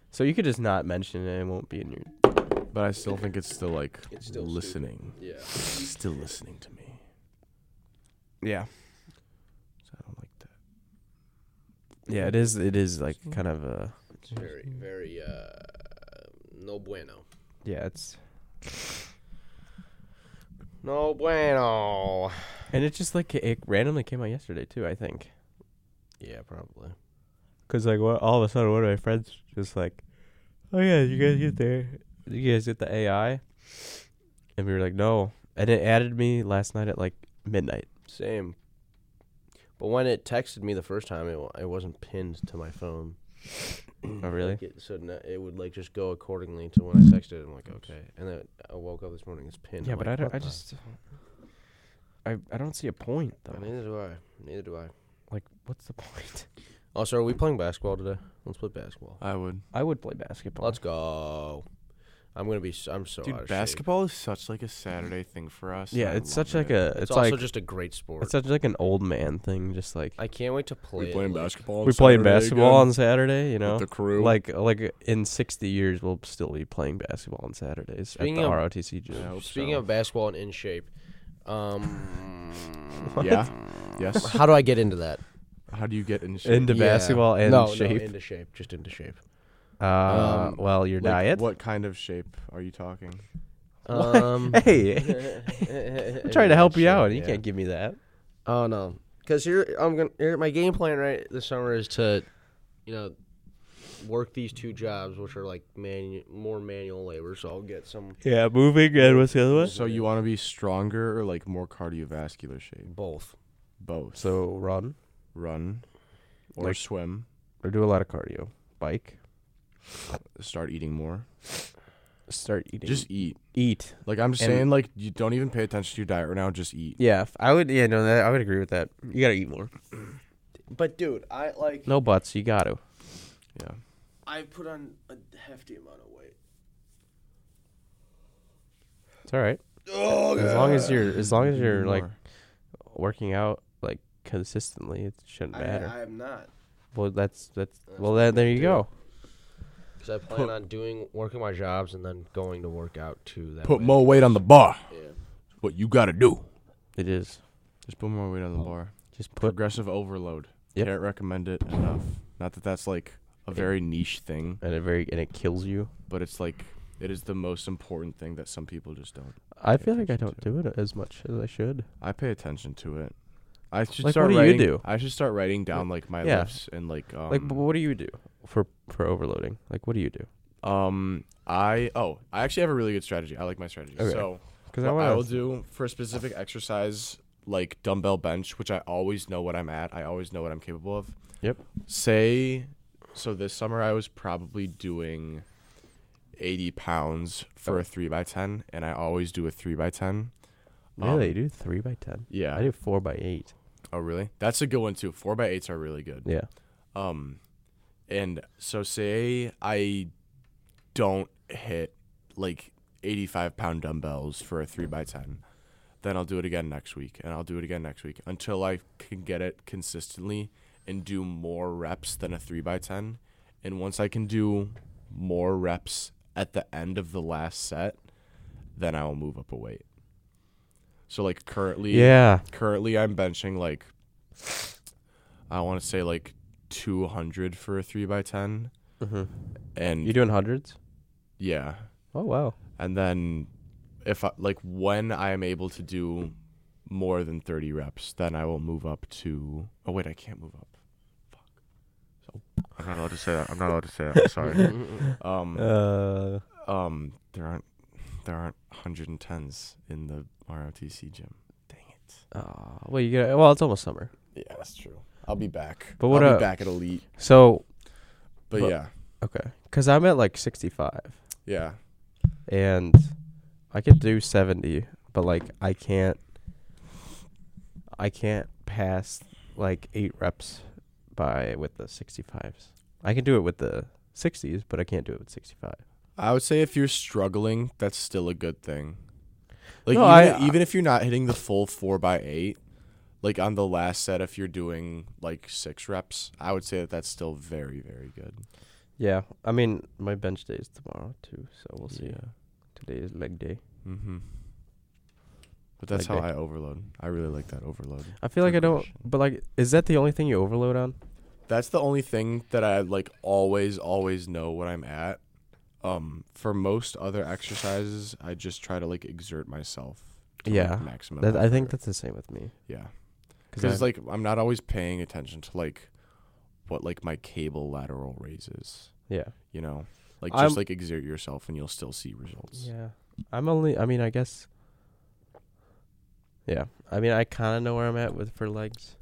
B: So you could just not mention it; and it won't be in your.
A: But I still think it's still like
D: It's still stupid.
A: listening,
D: Yeah.
A: still listening to me.
B: Yeah,
A: So I don't like that.
B: yeah. It is. It is like kind of a.
D: It's very, very, uh, no bueno.
B: Yeah, it's
D: No bueno.
B: and it just like it randomly came out yesterday too. I think.
D: Yeah, probably.
B: Cause like what, all of a sudden one of my friends just like, oh yeah, you guys get there, you guys get the AI, and we were like no, and it added me last night at like midnight.
D: Same. But when it texted me the first time, it, wa- it wasn't pinned to my phone.
B: Oh really?
D: Like, it, so no, it would like just go accordingly to when I texted. it. I'm like, okay. And then I woke up this morning. It's pinned.
B: Yeah,
D: I'm
B: but I
D: like,
B: don't.
D: what
B: I
D: the-
B: just. I I don't see a point
D: Uh,
B: though.
D: Neither do I. Neither do I. Oh,
B: Like, what's the point?
D: Also, are we playing basketball today? Let's play basketball.
A: I would.
B: I would play basketball.
D: Let's go. I'm gonna be. s- I'm so out
A: Dude,
D: of
A: basketball is such like a Saturday thing for us.
B: Yeah,
A: and I
B: it's such
A: love
B: like
A: it.
B: a.
D: Shape.
B: It's,
D: It's,
B: like
D: also just a great sport.
B: it's such like an old man thing. Just like
D: I can't wait to play.
A: We
D: it,
A: playing
D: like-
A: basketball. on
B: we played
A: Saturday
B: basketball
A: again
B: on Saturday. You know,
A: with the crew.
B: like like in 60 years we'll still be playing basketball on Saturdays
D: Speaking
B: at the
D: of-
B: ROTC gym.
A: I hope
D: Speaking
A: so.
D: of basketball and in shape, um,
A: yeah, yes.
D: how do I get into that?
A: How do you get in shape?
B: Into
D: Yeah.
B: basketball and
D: no,
B: shape.
D: No, into shape, just into shape.
B: uh,
A: Um,
B: well, your
A: Like,
B: diet.
A: What kind of shape are you talking?
D: Um,
B: Hey,
D: i
B: I'm trying to help you out. and You can't give me that.
D: Oh no, because here I'm gonna here, my game plan right this summer is to, you know, work these two jobs, which are like manu- more manual labor. So I'll get some
B: Yeah, moving and what's the other one?
A: So you want to be stronger or like more cardiovascular shape?
D: both.
A: Both.
B: So run
A: run or
B: Like-
A: swim.
B: or do a lot of cardio. Bike.
A: Start eating more.
B: Start eating.
A: Just eat.
B: eat.
A: Like I'm just
B: And-
A: saying, like you don't even pay attention to your diet right now. Just eat.
B: Yeah, f- I would. Yeah, no, that, I would agree with that. You gotta eat more.
D: But dude, I like
B: No buts. You gotta.
A: Yeah.
D: I put on a hefty amount of weight.
B: It's all right. as long as you're, as long as
A: You
B: you're
A: do
B: like
A: more.
B: working out like consistently, it shouldn't matter.
D: I, I am not
B: well, that's that's.
D: That's
B: well,
D: what
B: then
D: I'm
B: there you
D: gonna
B: go.
D: because I plan on doing working my jobs and then going to work out too. That
A: Put
D: way.
A: more weight on the bar.
D: Yeah.
A: What you gotta do?
B: It is.
A: Just put more weight on the bar.
B: Just put.
A: Progressive overload.
B: Yep.
A: Can't recommend it enough. Not that that's like a very niche thing,
B: And it very and it kills you.
A: but it's like it is the most important thing that some people just don't.
B: I
A: Pay
B: feel like I
A: attention
B: don't do it as much as I should.
A: I pay attention to it. I should
B: Like,
A: start
B: what do you
A: writing.
B: do?
A: I should start writing down like my
B: Yeah.
A: lifts and like um,
B: like, but what do you do for for overloading? Like, what do you do?
A: Um, I oh, I actually have a really good strategy. I like my strategy.
B: Okay.
A: So
B: Because I
A: what I will
B: want to.
A: do for a specific exercise like dumbbell bench, which I always know what I'm at. I always know what I'm capable of.
B: Yep.
A: Say, so this summer I was probably doing eighty pounds for a three by ten, and I always do a three by ten.
B: Really,
A: um,
B: you do three by ten.
A: Yeah.
B: I do four by eight.
A: Oh, really? That's a good one too. Four by eights are really good.
B: Yeah.
A: Um, and so say I don't hit like 85 pound dumbbells for a three by 10, then I'll do it again next week and I'll do it again next week until I can get it consistently and do more reps than a three by 10. And once I can do more reps at the end of the last set, then I will move up a weight. So like currently,
B: Yeah.
A: currently I'm benching like I want to say like 200 for a 3 by 10
B: Mhm.
A: Mm-hmm. and
B: You doing hundreds?
A: yeah
B: Oh wow.
A: and then if I, like when I am able to do more than 30 reps then I will move up to oh wait I can't move up fuck so I'm not allowed to say that I'm not allowed to say that I'm sorry um
B: Uh.
A: um there aren't there aren't 110s in the ROTC gym dang it
B: Oh, well, you get. Well, it's almost summer.
A: yeah that's true I'll be back
B: But what
A: I'll
B: a-
A: be back at elite
B: So
A: but
B: But-
A: yeah
B: okay, because I'm at like 65,
A: yeah
B: and I could do 70, but like I can't. I can't pass like eight reps by with the 65s. I can do it with the 60s, but I can't do it with 65.
A: I would say if you're struggling, that's still a good thing. Like
B: No,
A: even,
B: I-
A: even if you're not hitting the full four by eight, like on the last set, if you're doing like six reps, I would say that that's still very very good.
B: Yeah, I mean my bench day is tomorrow too, so we'll see.
A: Yeah.
B: Today is leg day.
A: Mm-hmm. But that's
B: Like
A: how I overload. I really like that overload.
B: I feel like
A: Good
B: I don't,
A: question.
B: but like, is that the only thing you overload on?
A: That's the only thing that I like always always know what I'm at. Um, for most other exercises, I just try to like exert myself. To, like,
B: Yeah.
A: maximum.
B: That, I think
A: effort.
B: that's the same with me.
A: yeah.
B: I-
A: because like I'm not always paying attention to like what like my cable lateral raises.
B: yeah.
A: You know, like
B: I'm-
A: just like exert yourself and you'll still see results.
B: Yeah. I'm only I mean, I guess Yeah. I mean, I kind of know where I'm at with for legs.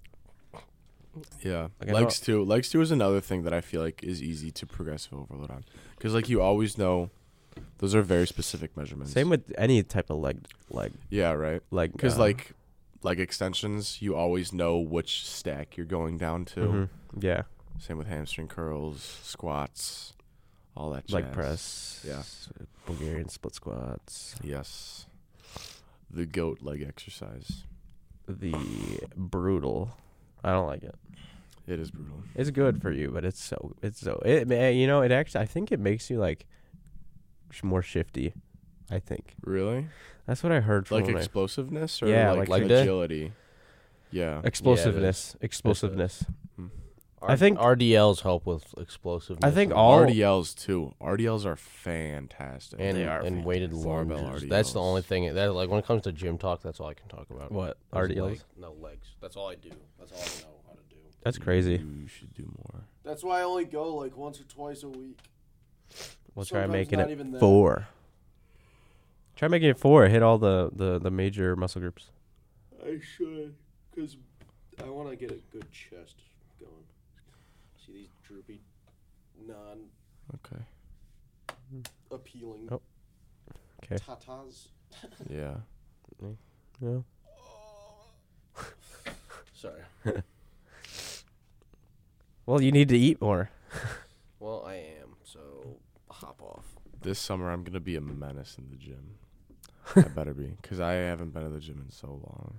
A: Yeah,
B: Like, I know-
A: legs too. Legs too is another thing that I feel like is easy to progressive overload on because like you always know those are very specific measurements.
B: Same with any type of leg leg
A: yeah, right.
B: leg
A: Because
B: uh,
A: like leg extensions, you always know which stack you're going down to.
B: mhm, Yeah.
A: Same with hamstring curls, squats, all that.
B: Leg
A: jazz.
B: press.
A: Yeah.
B: Bulgarian split squats,
A: Yes. The goat leg exercise.
B: the brutal. I don't like it.
A: It is brutal.
B: It's good for you, but it's so it's so it ma- you know it actually I think it makes you like sh- more shifty. I think
A: Really?
B: that's what I heard from
A: Like
B: when I-
A: explosiveness or
B: Yeah,
A: like,
B: like the-
A: agility? Yeah.
B: explosiveness, explosiveness. I think-
F: RDLs help with explosiveness.
B: I think
F: and-
B: all
A: RDLs too. RDLs are fantastic.
F: and,
B: they are
F: and weighted
A: fantastic. Barbell
F: lunges. That's the
A: RDLs.
F: only thing. That like when it comes to gym talk, that's all I can talk about.
B: what
F: Is
B: RDLs.
F: leg.
D: No legs. That's all I do. That's all I know how to do.
B: That's crazy.
A: You should do more.
D: That's why I only go like once or twice a week.
B: We'll try
D: Sometimes
B: making
D: not
B: it
D: even that.
B: four. Try making it four. Hit all the the the major muscle groups.
D: I should, cause I want to get a good chest going. See these droopy, non-appealing
A: Okay.
B: Oh, okay.
D: tatas.
A: Yeah.
B: Yeah.
D: Sorry.
B: Well, you need to eat more.
D: Well, I am. So hop off.
A: This summer I'm gonna be a menace in the gym. I better be, cause I haven't been to the gym in so long.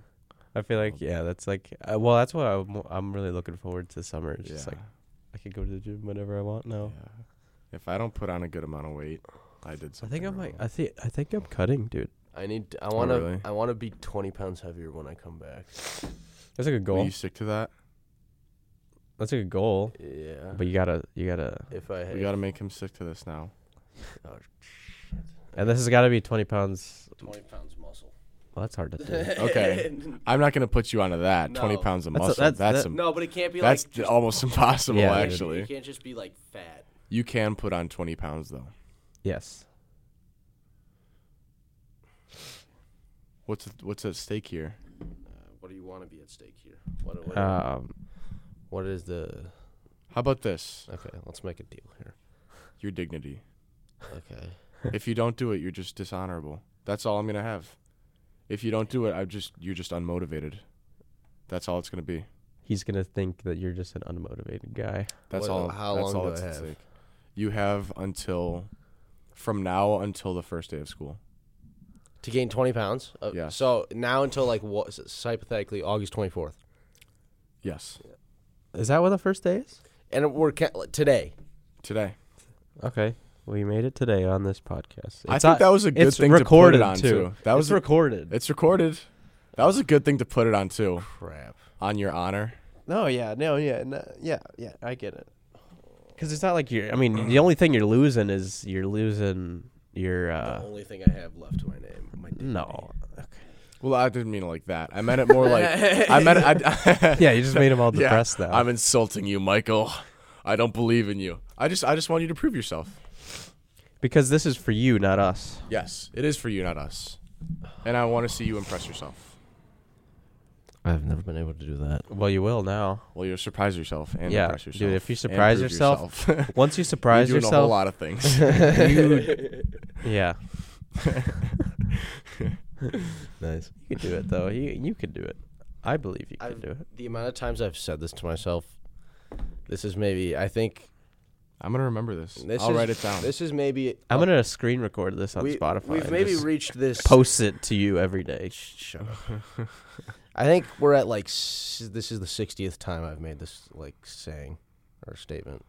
B: I feel like yeah, that's like uh, well, that's what I'm, I'm really looking forward to summer. It's just like I could go to the gym whenever I want now.
A: yeah. If I don't put on a good amount of weight, I did
B: I
A: something.
B: think I'm
A: wrong.
B: like I think I think I'm cutting, dude.
F: I need. I want to.
A: really?
F: I want to be twenty pounds heavier when I come back.
B: That's like a
A: Will
B: goal.
A: you stick to that?
B: That's like a goal.
F: Yeah.
B: But you gotta you gotta,
F: if I had,
A: We gotta make him stick to this now.
B: and this has got to be 20 pounds.
D: Twenty pounds muscle.
B: Well, that's hard to do.
A: Okay. I'm not gonna put you onto that. Twenty
D: No.
A: pounds of
B: That's a-
A: muscle.
B: that's-
A: That's that's,
B: that-
A: im-
D: no, but it can't be
A: that's
D: like.
A: d- almost impossible.
B: Yeah, dude.
A: actually,
D: You can't just be like fat.
A: you can put on twenty pounds though.
B: yes,
A: What's what's at stake here?
D: Uh, what do you want to be at stake here? What, what
A: Uh,
B: um,
F: what is the?
A: How about this?
F: Okay, let's make a deal here.
A: Your dignity.
F: Okay.
A: if you don't do it, you're just dishonorable. That's all I'm gonna have. If you don't do it, I'm just you're just unmotivated. That's all it's gonna be.
B: he's gonna think that you're just an unmotivated guy.
A: That's
F: What-
A: all.
F: how
A: that's
F: long
A: all
F: do
A: that's
F: I
A: at
F: have?
A: stake. You have until from now until the first day of school.
F: To gain twenty pounds. Uh,
A: Yes.
F: So now until like what? so Hypothetically, August twenty fourth,
A: Yes,
B: Is that what the first day is?
F: and we're ca- like, today.
A: today.
B: Okay, we made it today on this podcast.
A: I think that was a good
B: it's
A: thing
B: recorded
A: to put it on
B: too.
A: too. That was
B: it's recorded.
A: It's recorded. That was a good thing to put it on too.
F: Crap.
A: On your honor.
B: No, yeah, no, yeah, no, yeah, yeah. I get it. Because it's not like you're. I mean, the only thing you're losing is you're losing your.
D: the
B: uh
D: only thing I have left to my name. My
F: Mm.
D: dignity.
B: No.
A: Well, I didn't mean it like that. I meant it more like I meant it. I,
B: Yeah, you just made him all
A: Yeah,
B: depressed now.
A: I'm insulting you, Michael. I don't believe in you. I just I just want you to prove yourself.
B: because this is for you, not us.
A: Yes, it is for you, not us. And I want to see you impress yourself.
F: I've never been able to do that.
B: Well, you will now.
A: Well, you surprise yourself and
B: Yeah,
A: impress
B: dude,
A: yourself.
B: if you
A: and
B: surprise
A: prove
B: yourself,
A: yourself.
B: Once you
A: you're
B: surprise
A: doing a whole
B: yourself,
A: lot of things.
B: yeah,
F: Nice.
B: you can do it though. You you can do it. I believe you can
F: I've-
B: do it.
F: The amount of times I've said this to myself, this is maybe. I think
A: I'm gonna remember this.
F: this.
A: I'll
F: is,
A: write it down.
F: This is maybe.
B: I'm gonna screen record this on
D: we,
B: Spotify.
D: We've
B: and
D: maybe
B: just
D: reached this.
B: post it to you every day.
F: Shut up. I think we're at like s- this is the 60th time I've made this like saying or statement,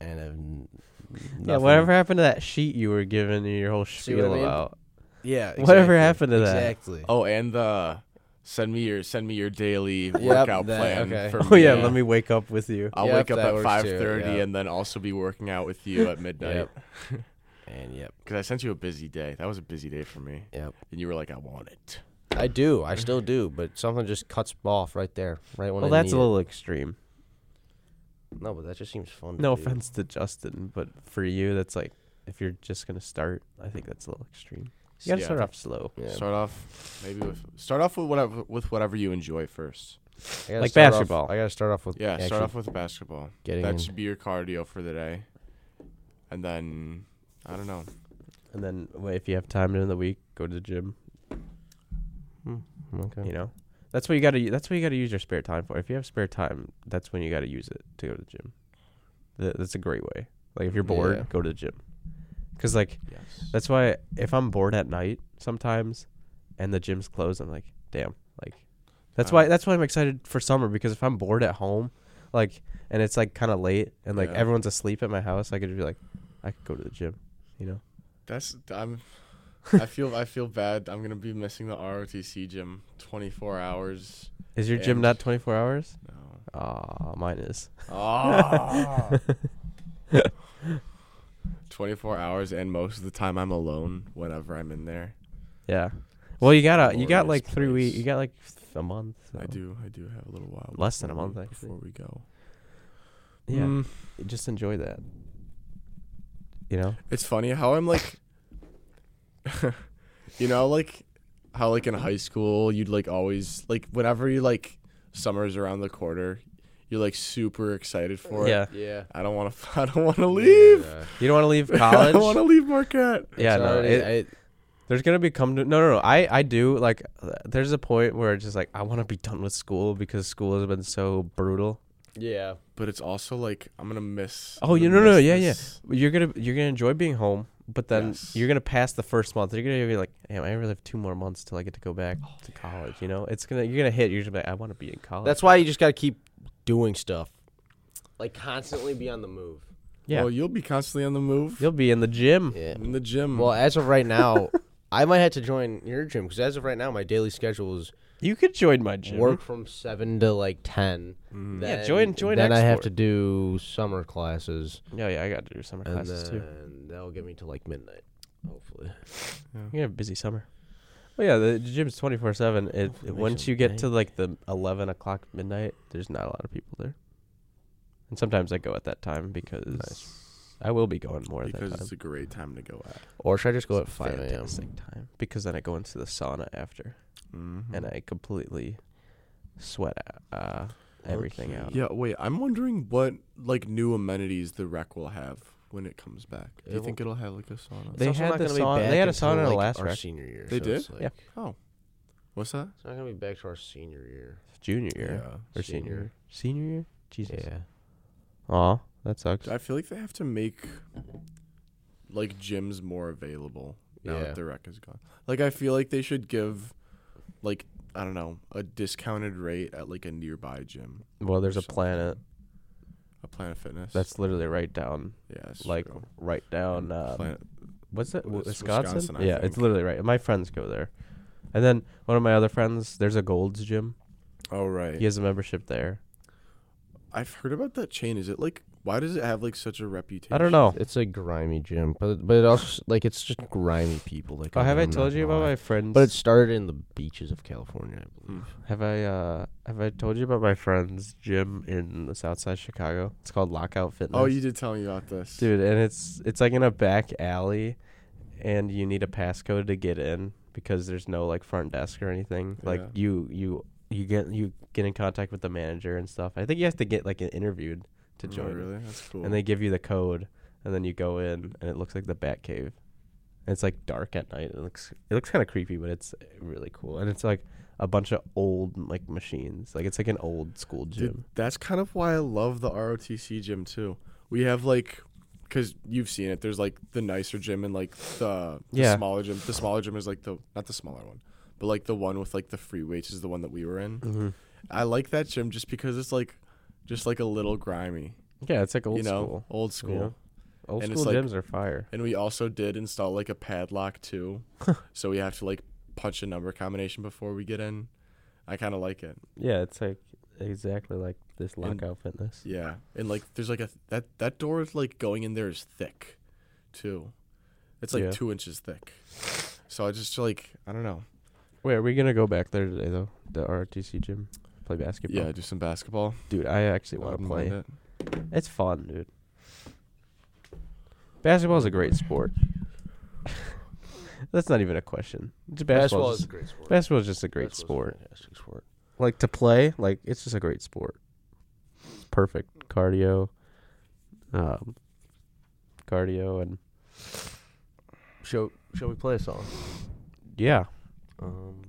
F: and I've n-
B: Yeah,
F: nothing-
B: whatever happened to that sheet you were giving your whole
F: See what I
B: spiel
F: mean?
B: about?
F: Yeah, exactly,
B: whatever happened to that?
F: Exactly.
A: oh, and the send me your send me your daily
F: Yep,
A: workout
F: that-
A: plan.
F: okay.
A: for
B: Oh yeah,
A: me.
B: let me wake up with you.
A: I'll
F: Yep,
A: wake up
F: that
A: at
F: works too,
A: five thirty
F: yeah.
A: and then also be working out with you at midnight.
F: Yep. And yep,
A: Because I sent you a busy day. That was a busy day for me,
F: yep.
A: and you were like, "I want it."
F: I do. I still do, but something just cuts off right there, right when.
B: Well,
F: I
B: that's
F: need
B: a
F: it.
B: little extreme.
F: No, but that just seems fun. to
B: No
F: do.
B: offense to Justin, but for you, that's like if you're just gonna start, I think that's a little extreme. You gotta
A: Yeah.
B: start off slow,
F: Yeah.
A: Start off maybe with start off with whatever with whatever you enjoy first.
F: I gotta
B: Like
F: start off-
B: basketball.
F: I gotta start off with
A: Yeah,
F: actually
A: start off with basketball.
F: getting
A: that
F: in.
A: should be your cardio for the day, and then I don't know.
B: and then wait, if you have time during the week, go to the gym.
F: Okay.
B: You know, that's what you gotta. That's what you gotta use your spare time for. If you have spare time, that's when you gotta use it to go to the gym. Th- That's a great way. Like if you're bored,
F: Yeah.
B: go to the gym. Cause like
C: Yes.
B: that's why if I'm bored at night sometimes, and the gym's closed, I'm like, damn. Like that's
A: Uh.
B: why that's why I'm excited for summer because if I'm bored at home, like and it's like kind of late and like
A: Yeah.
B: everyone's asleep at my house, I could just be like, I could go to the gym. You know.
A: That's I'm. I feel I feel bad. I'm gonna be missing the ROTC gym 24 hours.
B: Is your gym
A: And-
B: not 24 hours?
A: No.
B: Ah, mine is.
A: Ah. 24 hours, and most of the time I'm alone whenever I'm in there.
B: Yeah. Well, you got a you
A: Glorious
B: got like three weeks.
A: place.
B: You got like f- a month.
A: I
B: so
A: do I do have a little while.
B: Oh. Less than a
A: before
B: month,
A: we-
B: actually.
A: Before we go.
B: Yeah.
A: Mm,
B: Just enjoy that. You know.
A: It's funny how I'm like, you know, like how like in high school you'd like always like whenever you like summer's around the corner, you're like super excited for it.
B: Yeah.
D: Yeah.
A: I don't want to. I don't want to leave.
D: Yeah.
B: You don't want to leave
A: I don't want
B: college.
A: to leave Marquette.
B: yeah.
D: It's
B: No.
D: already-
B: it-
D: I-
B: There's gonna be come to no no no. I I do like uh, there's a point where it's just like I want to be done with school because school has been so brutal.
D: yeah.
A: But it's also like I'm gonna miss.
B: Oh,
A: I'm
B: you-
A: gonna
B: no, no,
A: miss
B: yeah, yeah.
A: this.
B: You're gonna you're gonna enjoy being home, but then
A: Yes.
B: you're gonna pass the first month. You're gonna be like, damn, I really have two more months till I get to go back
D: Oh,
B: to college. You know, it's gonna you're gonna hit. You're gonna be like, I want to be in college.
D: That's why you just got to keep doing stuff. Like constantly be on the move.
B: yeah.
A: Well, you'll be constantly on the move.
B: You'll be in the gym.
D: Yeah.
A: In the gym.
D: Well, as of right now, I might have to join your gym because as of right now, my daily schedule is
B: You could join my gym.
D: work from seven to like ten.
A: Hmm.
B: Yeah,
D: Then,
B: join- join
D: Then I have
B: Export.
D: to do summer classes,
B: Oh, Yeah, yeah, I got to do summer
D: and
B: classes
D: then
B: too.
D: that'll get me to like midnight, hopefully.
B: You're gonna have a busy summer. Well, yeah, the gym's twenty four seven. It
C: Hopefully make
B: once
C: some
B: you get to like the eleven o'clock midnight, there's not a lot of people there. And sometimes I go at that time because I will be going more at
A: because
B: that
A: it's
B: time.
A: a great time to go at.
D: Or should I just go at five a.m.
B: Fantastic time because then I go into the sauna after
A: Mhm.
B: and I completely sweat uh, everything out.
A: Yeah, wait. I'm wondering what like new amenities the rec will have when it comes back. Do you
D: It
A: think it'll have like a sauna?
B: They
D: also
B: had
D: not
B: the
D: gonna be
B: sauna- they
D: back
B: had a
D: until,
B: sauna in
D: like,
B: last
D: our
B: rec.
D: senior year.
A: They
D: so it's,
A: did?
D: like-
B: Yeah.
A: oh, what's that?
D: It's not gonna be back to our senior year.
B: Junior year or senior,
D: senior.
B: year. senior year. Jesus.
D: Yeah.
B: Aw, that sucks.
A: I feel like they have to make like gyms more available now
D: Yeah.
A: that the rec is gone. Like I feel like they should give like I don't know a discounted rate at like a nearby gym.
B: Well, there's a
A: something.
B: planet
A: A Planet Fitness.
B: that's literally right down,
A: yeah, it's
B: like
A: true.
B: right down.
A: And
B: Um,
A: Planet-
B: What's it?
A: Well, it's
B: Wisconsin?
A: Wisconsin, I
B: yeah,
A: think.
B: it's literally right. My friends go there. And then one of my other friends, there's a Gold's Gym.
A: oh right.
B: He has a membership there.
A: I've heard about that chain. Is it like why does it have like such a reputation?
B: I don't know.
D: It's a grimy gym, but but it also like it's just grimy people. Like,
B: Oh,
D: I'm-
B: have I
D: I'm not
B: told you
D: gonna
B: about
D: lie.
B: my friends?
D: But it started in the beaches of California, I believe.
B: have I uh have I told you about my friend's gym in the South Side Chicago? It's called Lockout Fitness.
A: Oh, you did tell me about this,
B: dude, and it's it's like in a back alley, and you need a passcode to get in because there's no like front desk or anything. Like
A: Yeah.
B: you you you get you get in contact with the manager and stuff. I think you have to get like interviewed to
A: Oh,
B: join.
A: really? That's cool.
B: and they give you the code, and then you go in, and it looks like the Bat Cave. And it's like dark at night. It looks it looks kind of creepy, but it's really cool. And it's like a bunch of old like machines. Like it's like an old school
A: Dude,
B: gym.
A: that's kind of why I love the ROTC gym too. We have like, cause you've seen it. There's like the nicer gym and like the, the
B: Yeah.
A: smaller gym. The smaller gym is like the not the smaller one, but like the one with like the free weights is the one that we were in.
B: Mm-hmm.
A: I like that gym just because it's like, just like a little grimy,
B: Yeah, it's like old
A: you know,
B: school.
A: old school.
B: Yeah. Old
A: and it's
B: school
A: like-
B: gyms are fire.
A: And we also did install like a padlock too, so we have to like punch a number combination before we get in. I kind of like it.
B: Yeah, it's like exactly like this
A: And-
B: lockout fitness.
A: Yeah, and like there's like a that that door is like going in there is thick, too. It's like
B: Yeah.
A: two inches thick. So I just like I don't know.
B: Wait, are we gonna go back there today though? The RTC gym, play basketball. Oh,
A: Yeah, do some basketball.
B: dude, I actually want to
A: Wouldn't
B: play.
A: mind it.
B: It's fun, dude. Basketball's a great sport. That's not even a question. It's basketball. Basketball's,
D: a great sport.
B: basketball's just a great
D: Basketball's a
B: sport.
D: fantastic sport.
B: Like to play, like it's just a great sport. It's perfect cardio. Um, cardio and
D: Shall, shall we play a song?
B: yeah,
D: Um,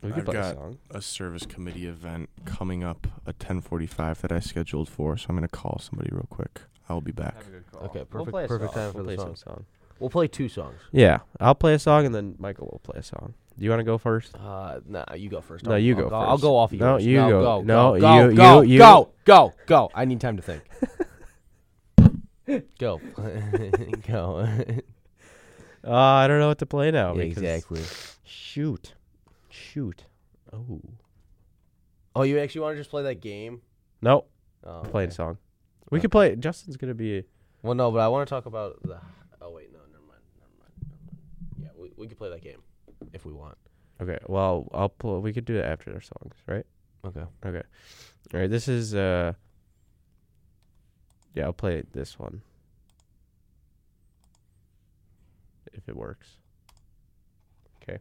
B: we
A: I've
B: could play a
A: got-
B: song.
A: A service committee event coming up at 10:45 that I scheduled for. So I'm gonna call somebody real quick. I'll be back.
D: okay, perfect.
B: We'll play a
D: perfect
B: song.
D: time for
B: We'll
D: the
B: play
D: song.
B: some song.
D: We'll play two songs.
B: Yeah, I'll play a song and then Michael will play a song. Do you want to go first?
D: Uh, nah, you go first.
B: No,
D: I'll-
B: you
D: I'll
B: go
D: I'll
B: first.
D: go off of
B: No,
D: yours.
B: you go.
D: Go,
B: No,
D: go, go,
B: you-
D: go,
B: you- you-
D: go, go, go. I need time to think. go, go.
B: Uh, I don't know what to play now. because-
D: exactly.
B: Shoot, shoot. Oh
D: Oh, you actually want to just play that game?
B: no,
D: Oh,
B: play a
D: okay.
B: song. We could play. Justin's gonna be.
D: Well, no, but I want to talk about the. Oh wait, no, never mind, never mind. Never mind. Yeah, we we could play that game if we want.
B: Okay. Well, I'll pull. We could do it after their songs, right?
D: Okay.
B: Okay. All right. This is. uh Yeah, I'll play this one. If it works. Okay.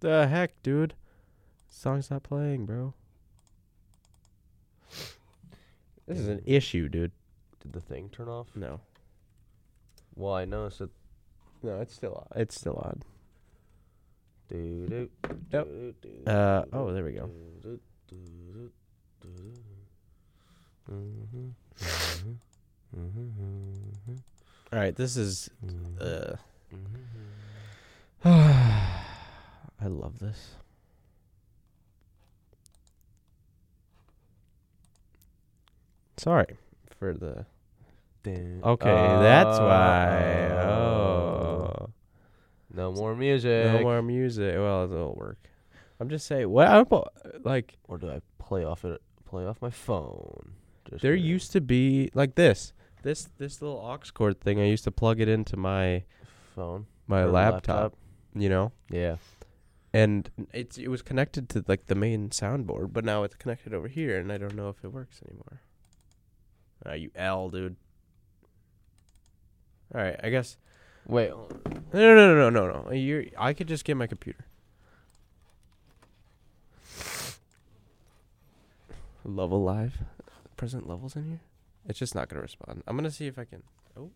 B: The heck, dude! Song's not playing, bro. This is an issue, dude.
D: Did the thing turn off?
B: No.
D: Well, I noticed that.
B: No, it's still on. It's still on.
D: Doo-doo,
B: Yep.
D: doo-doo, doo-doo,
B: Uh oh, there we go.
D: doo-doo, doo-doo, doo-doo. Mm-hmm.
B: All right, this is.
D: Mm-hmm.
B: Uh, I love this. Sorry for the. Uh,
D: Dun.
B: Okay, that's why.
D: Oh.
B: Oh,
D: No more music.
B: no more music. Well, it'll work. I'm just saying. What I'm po- like.
D: Or do I play off it? Play off my phone. Just
B: There
D: for-
B: used to be like this. This this little aux cord thing. I used to plug it into my
D: phone.
B: my
D: or
B: laptop. You know.
D: Yeah.
B: and it's it was connected to like the main soundboard, but now it's connected over here, and I don't know if it works anymore. Ah, you L, dude. All right, I guess.
D: Wait. hold on.
B: No, no, no, no, no, no. You, I could just get my computer. Level live, present levels in here. It's just not gonna respond. I'm gonna see if I can. Oh,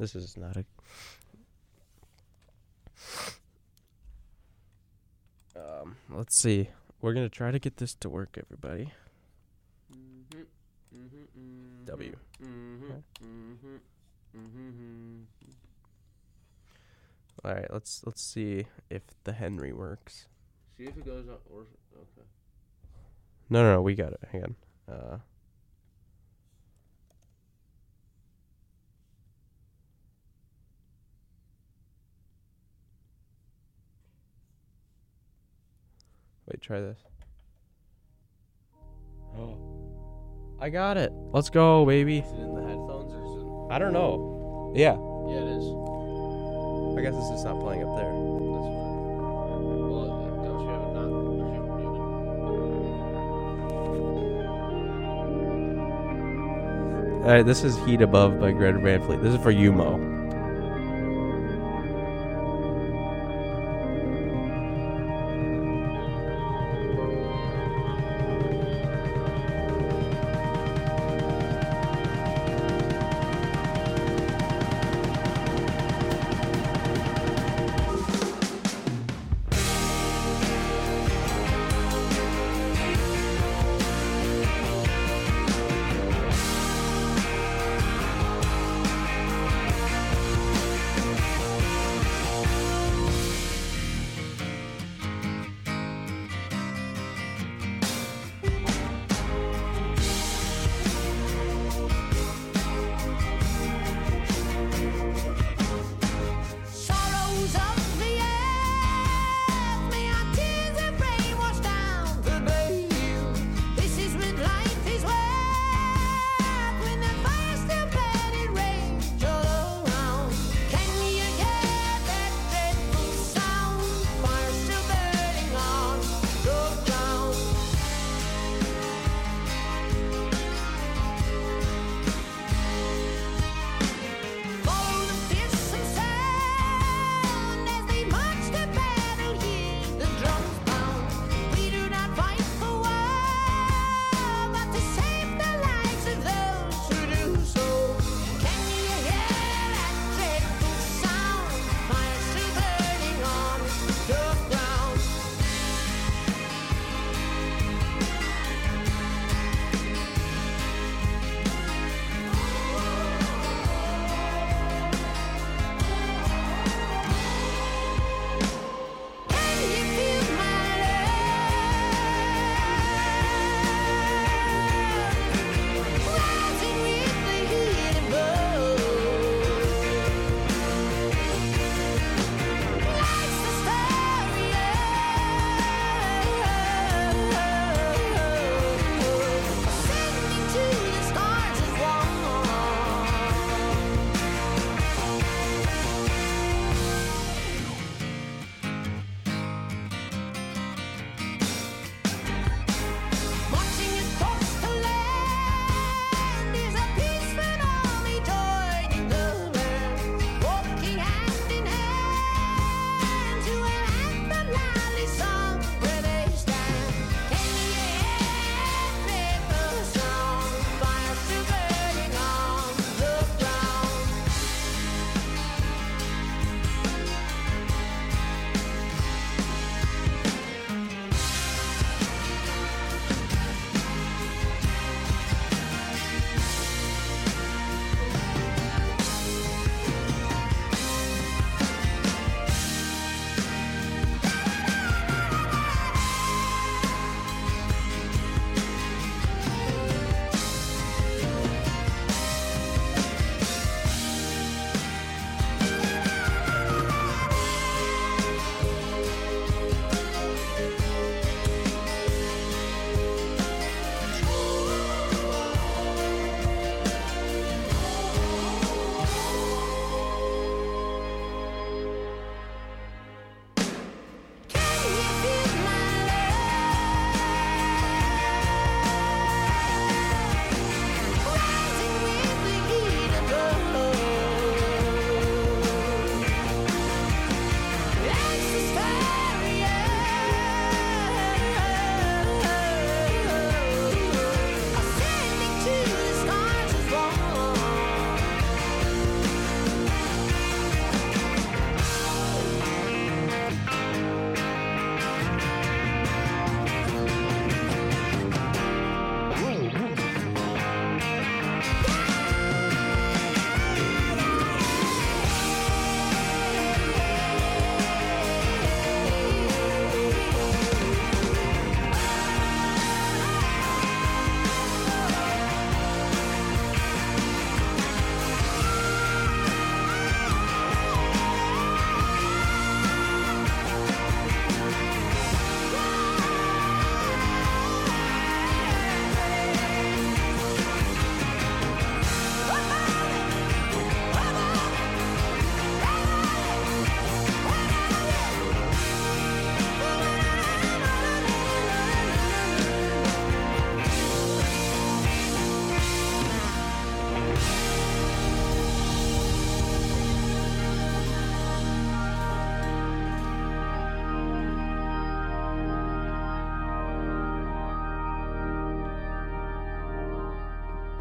B: this is not a Um, let's see. We're gonna try to get this to work, everybody. W.
D: Mm-hmm,
B: All right, let's let's see if the Henry works.
D: See if it goes on. Or, okay.
B: No, no, no we got it. Hang on. Uh, wait, try this. Oh, I got it. Let's go, baby.
D: Is it in the headphones or is it?
B: I don't know. Yeah,
D: Yeah, it is.
B: I guess it's just not playing up there.
D: That's fine. Well, uh, don't you have it not? Don't you have it muted?
B: All right, this is Heat Above by Greta Van Fleet. This is for you, Mo.
H: Thank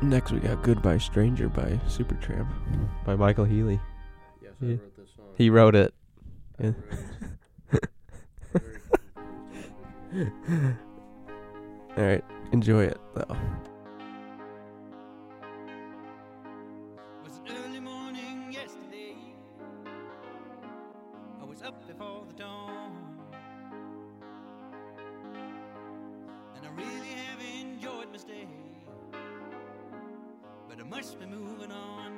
B: Next we got Goodbye Stranger by Supertramp.
I: by Michael Healy.
D: Yes,
I: Yeah.
D: wrote this song.
I: He wrote it. Yeah.
B: All right, enjoy it though.
H: was an early morning yesterday. I was up before the dawn. And I really have enjoyed my stay. But I must be moving on.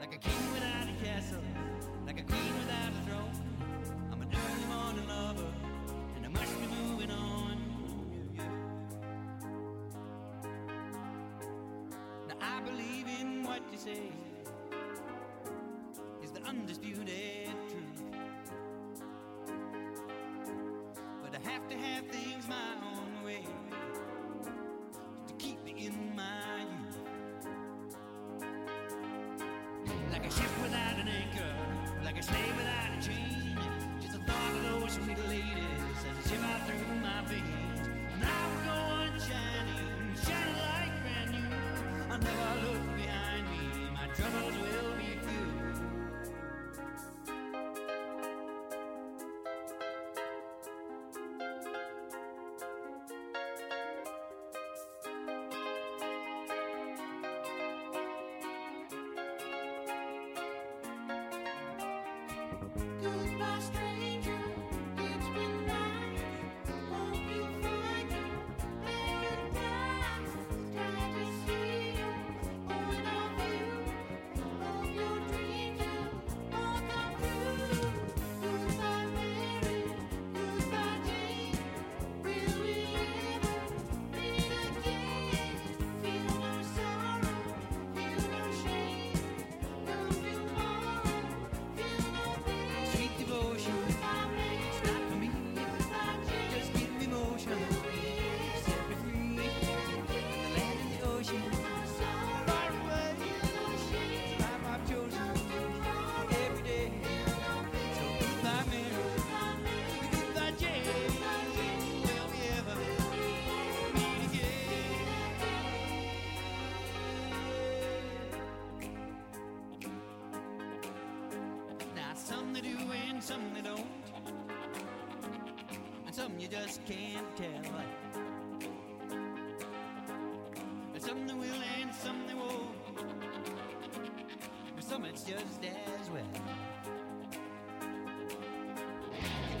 H: Like a king without a castle, like a queen without a throne. I'm an early morning lover, and I must be moving on. Yeah. Now I believe in what you say is the undisputed truth. But I have to have things my own way to keep me in my youth. Like a ship without an anchor, like a slave without a chain. Just the thought of those sweet ladies as they shiver through my veins. And I will go on shining, shining like brand new. I'll never look behind me, my troubles will be few.
G: Goodbye, stranger. It's been nice. Hope you find your paradise. Glad to see you. Oh, and I will. Hope your dreams will all come true. Goodbye, Mary. Goodbye, Jane. Will we ever meet again? Feel no sorrow. Feel no shame. Come tomorrow. Feel no pain.
H: Sweet devotion, it's not for me. Just give me motion, set me free. In the land and the ocean, far away. It's life I've chosen every day. So goodbye, Mary. Goodbye, Jane. Will we ever meet again? Now some they do and some they don't. And some you just can't tell. And some they will and some they won't. But some it's just as well.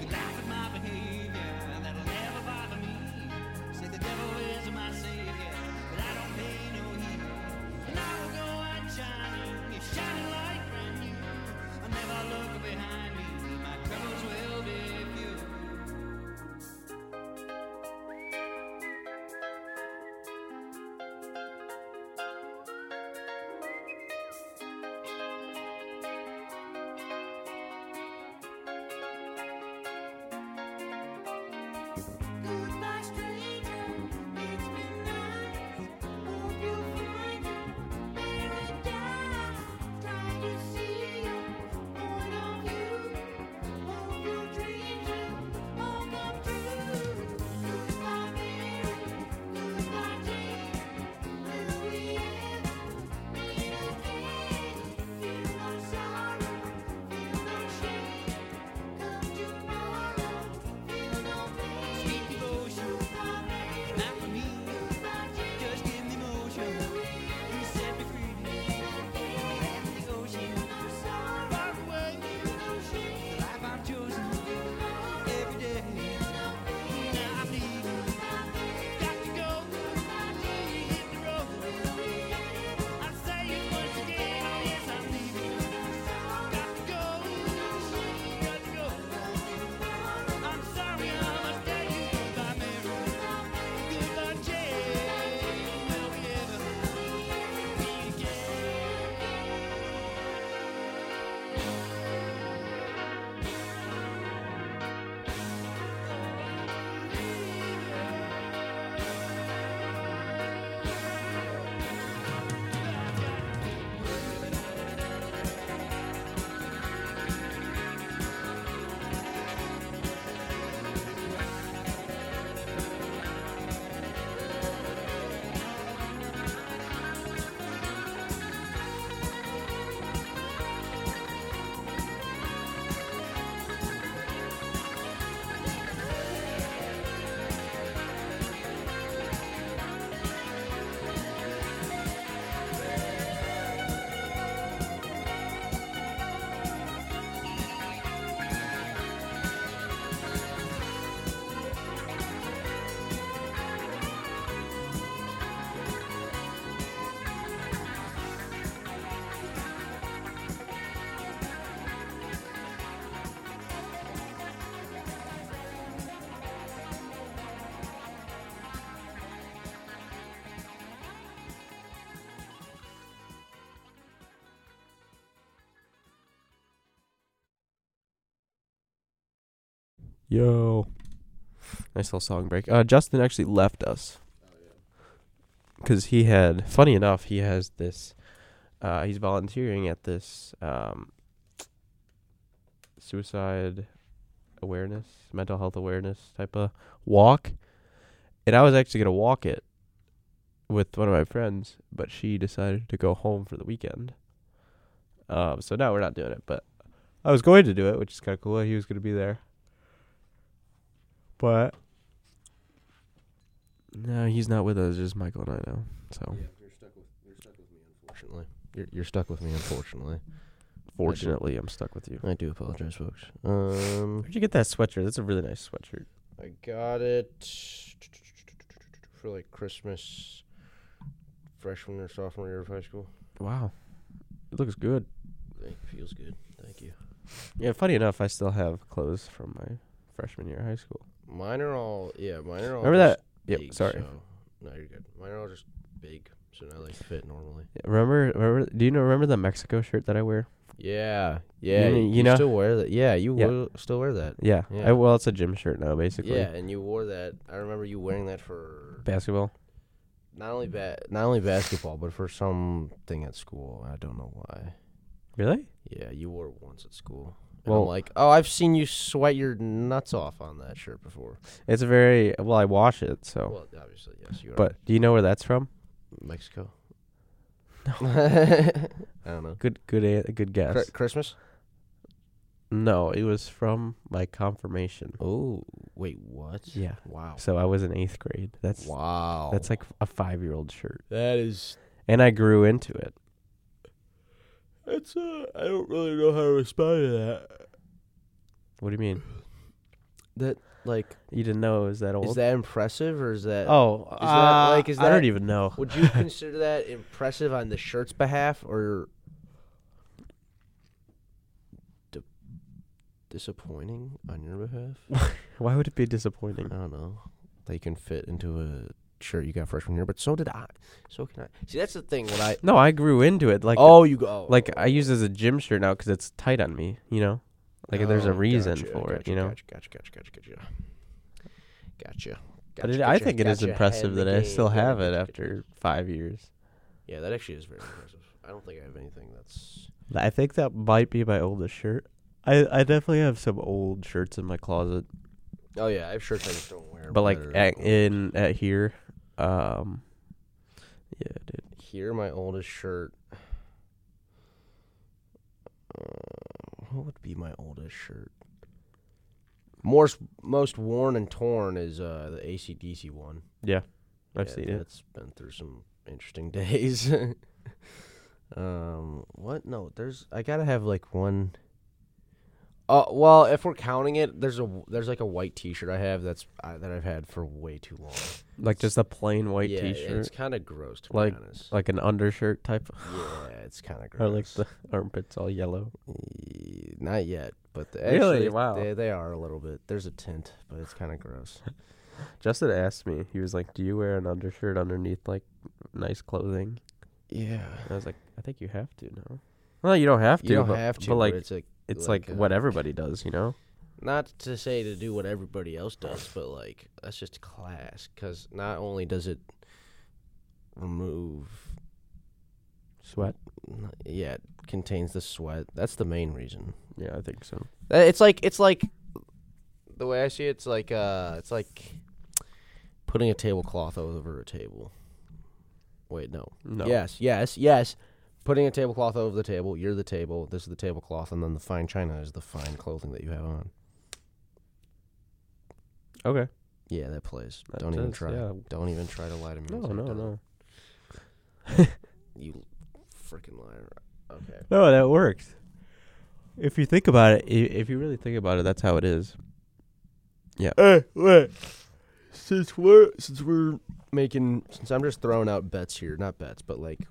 H: You could laugh at my behavior, that'll never bother me. Say the devil is my savior, but I don't pay no heed. And I will go on shining, shining like brand new. I never look behind me, my troubles will be few.
G: Goodbye,
B: Yo. Nice little song break. Uh, Justin actually left us. Because he had, funny enough, he has this, uh, he's volunteering at this um, suicide awareness, mental health awareness type of walk. And I was actually going to walk it with one of my friends, but she decided to go home for the weekend. Um, so now we're not doing it, but I was going to do it, which is kind of cool. He was going to be there. But no, he's not with us. Just Michael and I now. So
D: Unfortunately, you're, you're stuck with me. Unfortunately,
B: fortunately, I'm stuck with you.
D: I do apologize, folks. Um,
B: Where'd you get that sweatshirt? That's a really nice sweatshirt.
D: I got it for like Christmas, freshman or sophomore year of high school.
B: Wow, it looks good.
D: It feels good. Thank you.
B: Yeah, funny enough, I still have clothes from my freshman year of high school.
D: Mine are all yeah. Mine are all.
B: Remember
D: just
B: that? Yep.
D: big,
B: sorry.
D: so- no, you're good. Mine are all just big, so now they fit normally.
B: Yeah, Remember? Remember? Do you know? Remember the Mexico shirt that I wear?
D: Yeah, yeah.
B: You-
D: You,
B: you know-
D: still wear that? Yeah, you
B: Yeah.
D: will still wear that.
B: Yeah.
D: Yeah.
B: I, well, it's a gym shirt now, basically.
D: Yeah, and you wore that. I remember you wearing that for
B: Basketball.
D: not only ba- Mm. not only basketball, but for something at school. I don't know why.
B: Really?
D: Yeah, you wore it once at school. And
B: Well-
D: I'm like, oh, I've seen you sweat your nuts off on that shirt before.
B: It's a very well. I wash it, so.
D: Well, obviously, yes, you are.
B: but do you know where that's from?
D: Mexico. I don't know.
B: Good, good, a- good guess.
D: Cri- Christmas.
B: No, it was from my confirmation.
D: Oh, wait, what?
B: Yeah.
D: Wow.
B: So I was in eighth grade. That's
D: Wow.
B: that's like a five year old shirt,
D: that is
B: and I grew into it.
D: That's uh, I don't really know how to respond to that.
B: What do you mean?
D: That like
B: You didn't know it was that old?
D: is that impressive or is that?
B: oh,
D: that,
B: uh,
D: like, is
B: I don't
D: that-
B: even know.
D: Would you consider that impressive on the shirt's behalf or di- disappointing on your behalf?
B: Why would it be disappointing?
D: I don't know. They can fit into a shirt you got freshman year, but so did I. So can I. See, that's the thing. When I
B: No, I grew into it. Like
D: oh, you go
B: like I use it as a gym shirt now because it's tight on me. You know, like there's a
D: Oh,
B: reason
D: gotcha,
B: for it.
D: gotcha,
B: You know.
D: Gotcha, gotcha, gotcha, gotcha, gotcha. Gotcha.
B: But
D: Gotcha,
B: it- I
D: gotcha,
B: think it is
D: gotcha, had
B: impressive
D: the
B: that I
D: game,
B: still
D: yeah,
B: have it
D: gotcha,
B: after five years.
D: Yeah, that actually is very impressive. I don't think I have anything that's.
B: I think that might be my oldest shirt. I, I definitely have some old shirts in my closet,
D: Oh yeah, I have shirts I just don't wear.
B: but like
D: they're
B: at,
D: old.
B: in at here, um, yeah, dude.
D: here, my oldest shirt. Uh, what would be my oldest shirt? Most most worn and torn is uh, the ACDC one.
B: I've
D: Yeah,
B: seen it.
D: That's been through some interesting days. um, what? No, there's. I gotta have like one. Uh, well, if we're counting it, there's a w- there's like a white T-shirt I have that's I, that I've had for way too long.
B: Like just a plain white
D: yeah, and
B: T-shirt,
D: It's kind of gross to
B: Like-
D: be honest.
B: like an undershirt type,
D: yeah, it's kind of gross.
B: or like the armpits all yellow.
D: Eh, Not yet, but the,
B: Really?
D: actually,
B: Wow.
D: they, they are a little bit. There's a tint, but it's kind of gross.
B: Justin asked me, he was like, "Do you wear an undershirt underneath like nice clothing?"
D: Yeah,
B: And I was like, "I think you have to now." Well, you don't have to.
D: you don't
B: but,
D: have to,
B: but like
D: it's like
B: it's
D: like,
B: like,
D: uh,
B: what everybody does, you know?
D: not to say to do what everybody else does, but like that's just class. Because not only does it remove,
B: Sweat.
D: yeah, it contains the sweat. That's the main reason.
B: Yeah, I think so.
D: Uh, It's like it's like the way I see it. It's like uh, it's like putting a tablecloth over a table. Wait, no.
B: No.
D: Yes, yes, yes. Putting a tablecloth over the table. You're the table. This is the tablecloth, and then the fine china is the fine clothing that you have on.
B: Okay.
D: Yeah, that plays.
B: That
D: Don't even
B: does,
D: try.
B: yeah.
D: Don't even try to lie to me. and
B: No,
D: say it
B: no,
D: doesn't.
B: no.
D: You freaking liar. Okay.
B: No, that works. If you think about it, i- if you really think about it, that's how it is.
D: Hey, wait. Since we're since we're making since I'm just throwing out bets here, not bets, but like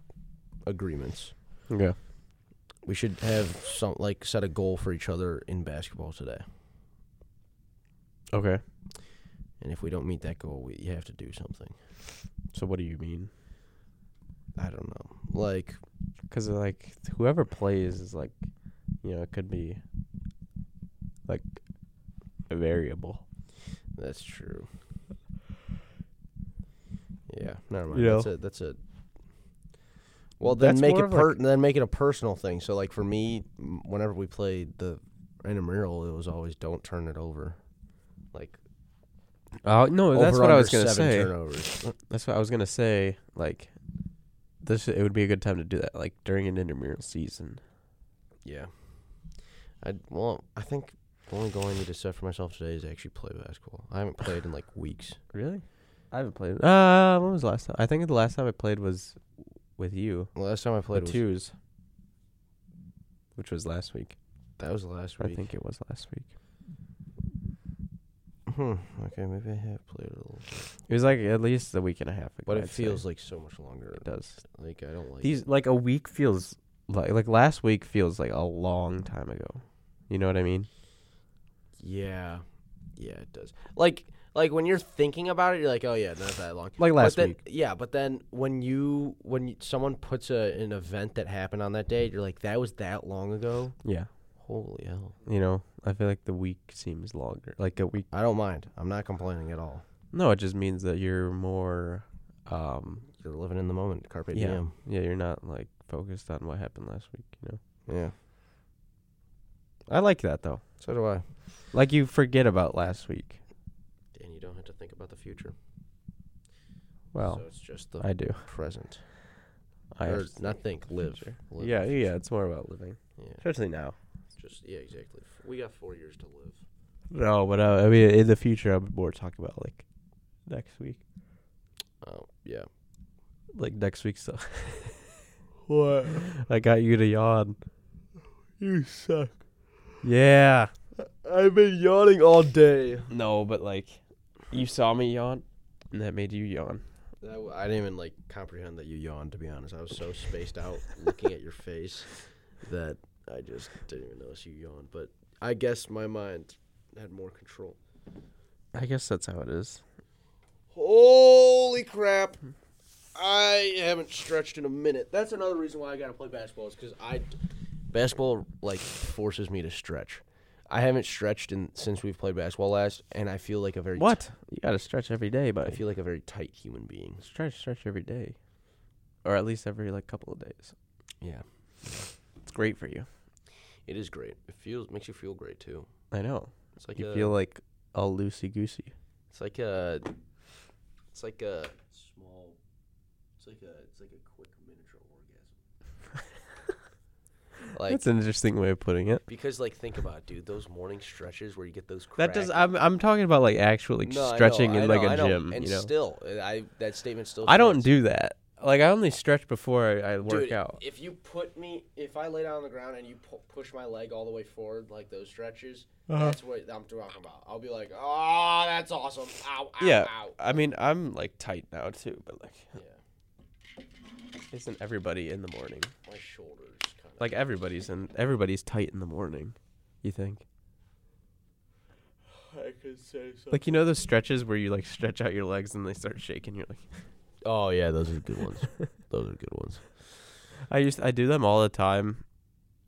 D: agreements.
B: Yeah.
D: We should have some like set a goal for each other in basketball today.
B: Okay.
D: And if we don't meet that goal, we you have to do something.
B: So what do you mean?
D: I don't know. Like
B: Because like whoever plays is like, you know, it could be like variable.
D: That's true. Yeah, never mind.
B: You know?
D: That's it. That's it. Well, then
B: That's
D: make
B: more
D: it
B: of like-
D: per- then make it a personal thing. So, like for me, m- whenever we played the intramural, it was always don't turn it over. Like
B: Oh no, that's
D: over
B: what I
D: under
B: was gonna
D: seven
B: say.
D: Turnovers.
B: That's what I was gonna say. Like, this it would be a good time to do that, like during an intramural season.
D: Yeah. I well, I think the only goal I need to set for myself today is actually play basketball. I haven't played in like weeks.
B: Really? I haven't played. Uh, when was the last time? I think the last time I played was with you.
D: The last time I played
B: the
D: was
B: twos, which was last week.
D: that was last
B: I
D: week.
B: think it was last week.
D: Hmm. Okay, maybe I have played a little,
B: It was like at least a week and a half ago.
D: but it
B: I'd say.
D: feels like so much longer.
B: it does.
D: Like I don't like
B: These like a week feels like like last week feels like a long time ago. You know what I mean?
D: Yeah, yeah, it does. Like, like when you're thinking about it, you're like, oh yeah, not that long.
B: Like last
D: but then,
B: week.
D: Yeah, but then when you when you, someone puts a, an event that happened on that day, you're like, that was that long ago.
B: Yeah.
D: Holy hell!
B: You know, I feel like the week seems longer. Like a week.
D: I don't mind. I'm not complaining at all.
B: No, it just means that you're more. Um,
D: You're living in the moment, carpe
B: yeah,
D: diem.
B: yeah, you're not like focused on what happened last week. You know,
D: Yeah.
B: I like that though.
D: So do I.
B: Like you forget about last week.
D: And you don't have to think about the future.
B: Well,
D: so it's just the
B: I do.
D: present.
B: I
D: or
B: have to
D: not think, live. live.
B: yeah, yeah. It's more about living,
D: Yeah.
B: especially now.
D: Just yeah, exactly. We got four years to live.
B: No, but uh, I mean, in the future, I'm more talking about like next week.
D: Oh yeah.
B: like next week's stuff. what? I got you to yawn. You suck. Yeah.
D: I've been yawning all day.
B: No, but like, you saw me yawn, and that made you yawn.
D: That w- I didn't even like comprehend that you yawned. To be honest, I was so spaced out looking at your face that I just didn't even notice you yawned. But I guess my mind had more control.
B: I guess that's how it is.
D: Holy crap! I haven't stretched in a minute. That's another reason why I gotta play basketball is because I basketball like forces me to stretch. I haven't stretched in since we've played basketball last, and I feel like a very t-
B: What? You gotta stretch every day,
D: I
B: but
D: feel like a very tight human being.
B: stretch, stretch every day, or at least every like couple of days.
D: Yeah,
B: It's great for you.
D: it is great. It feels makes you feel great too.
B: I know.
D: It's like
B: You
D: a,
B: feel like all loosey goosey.
D: It's like a. It's like a small. It's like a. It's like a quick miniature orgasm. like
B: That's an interesting way of putting it.
D: because like think about it, dude those morning stretches where you get those.
B: That does.
D: crack-
B: I'm I'm talking about like actual like
D: No, I know,
B: stretching
D: I
B: in
D: know,
B: like a
D: I know,
B: gym.
D: And
B: you know.
D: still, I that statement still.
B: I don't
D: stands.
B: do that. Like I only stretch before I, I work
D: Dude,
B: out.
D: If you put me, if I lay down on the ground and you pu- push my leg all the way forward like those stretches,
B: Uh-huh.
D: that's what I'm talking about. I'll be like, oh, that's awesome. Ow, ow,
B: yeah,
D: ow.
B: I mean I'm like tight now too, but like
D: Yeah,
B: isn't everybody in the morning?
D: my shoulders kind of.
B: Like everybody's in everybody's tight in the morning. You think?
D: I could say so.
B: Like you know those stretches where you like stretch out your legs and they start shaking. You're like,
D: Oh yeah, those are good ones. those are good ones.
B: I used I do them all the time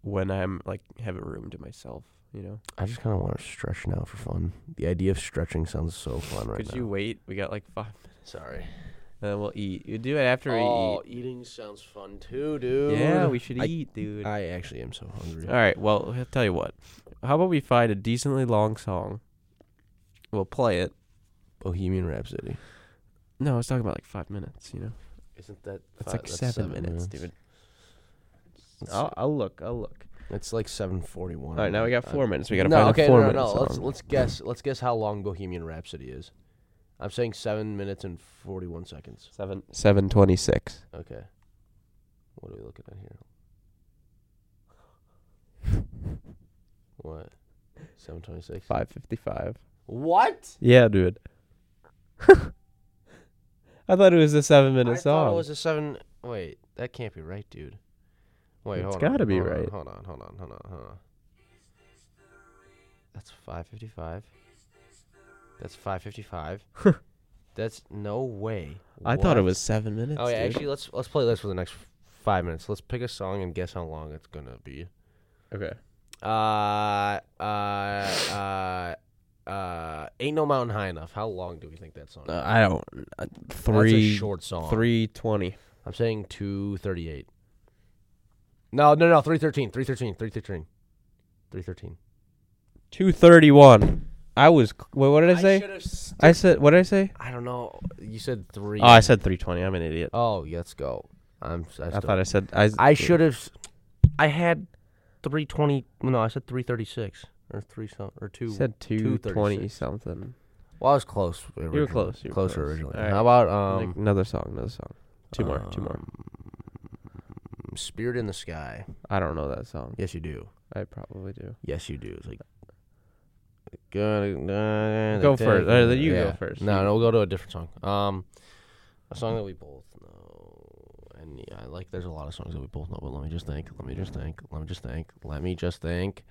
B: when I'm like have a room to myself. You know?
D: I just kind of want to stretch now for fun. The idea of stretching sounds so fun right
B: Could
D: now.
B: you wait? We got like five,
D: Sorry.
B: and then we'll eat. You do it after
D: Oh, eating sounds fun too,
B: we
D: dude.
B: eat. Yeah, we should
D: I-
B: eat, dude.
D: I actually am so hungry.
B: All right. Well, I'll tell you what. How about we find a decently long song? We'll play it.
D: Bohemian Rhapsody.
B: No, I was talking about like five minutes. You know,
D: Isn't that?
B: it's
D: fi-
B: like
D: that's
B: seven, minutes, dude. I'll, I'll look. I'll look.
D: It's like seven forty-one. Uh, Um,
B: All right. Now we got four minutes. We gotta
D: No,
B: find
D: okay,
B: a four
D: no, no,
B: minute
D: no.
B: song.
D: Let's let's guess. Let's guess how long Bohemian Rhapsody is. I'm saying seven minutes and forty-one seconds.
B: seven seven twenty six.
D: Okay. What are we looking at here? What? Seven twenty-six.
B: Five fifty five.
D: What?
B: Yeah, dude. I thought it was a seven minute
D: I
B: song.
D: thought it was a seven. Wait, that can't be right, dude. Wait,
B: It's
D: hold on.
B: gotta be
D: hold on,
B: right.
D: Hold on, hold on, hold on, hold on. That's five fifty-five. That's five fifty-five. That's no way.
B: I thought it
D: What?
B: was seven minutes.
D: Oh yeah,
B: dude.
D: actually, let's let's play this for the next five minutes. Let's pick a song and guess how long it's gonna be.
B: Okay.
D: Uh, uh, uh, uh, Ain't No Mountain High Enough. How long do we think that song? is?
B: Uh, I don't. Uh,
D: That's a
B: three.
D: short song.
B: Three twenty.
D: I'm saying 238. No, no, no, 313, 313, 313. 313.
B: Two thirty one. I was. c- Wait, what did I say?
D: should've s-
B: I, said. What did I say?
D: I don't know. You said 3.
B: Oh, I said three twenty. I'm an idiot.
D: Oh, yeah, let's go. I'm s- I,
B: I thought I said. I,
D: should have I had 320. No, I said 336 or 3 some or 2.
B: said two
D: 220
B: twenty something.
D: well, I was close.
B: You were close. You were
D: closer
B: close.
D: originally.
B: All right.
D: How about
B: Like,
D: um
B: another song. Another song. Two more. Two more.
D: um, Spirit in the Sky.
B: I don't know that song.
D: Yes, you do.
B: I probably do.
D: Yes, you do. It's like gonna
B: Go first. Uh, you go
D: Yeah.
B: first.
D: No, no, we'll go to a different song. Um, a song that we both know, and yeah, I like. There's a lot of songs that we both know, but let me just think. Let me just think. Let me just think. Let me just think.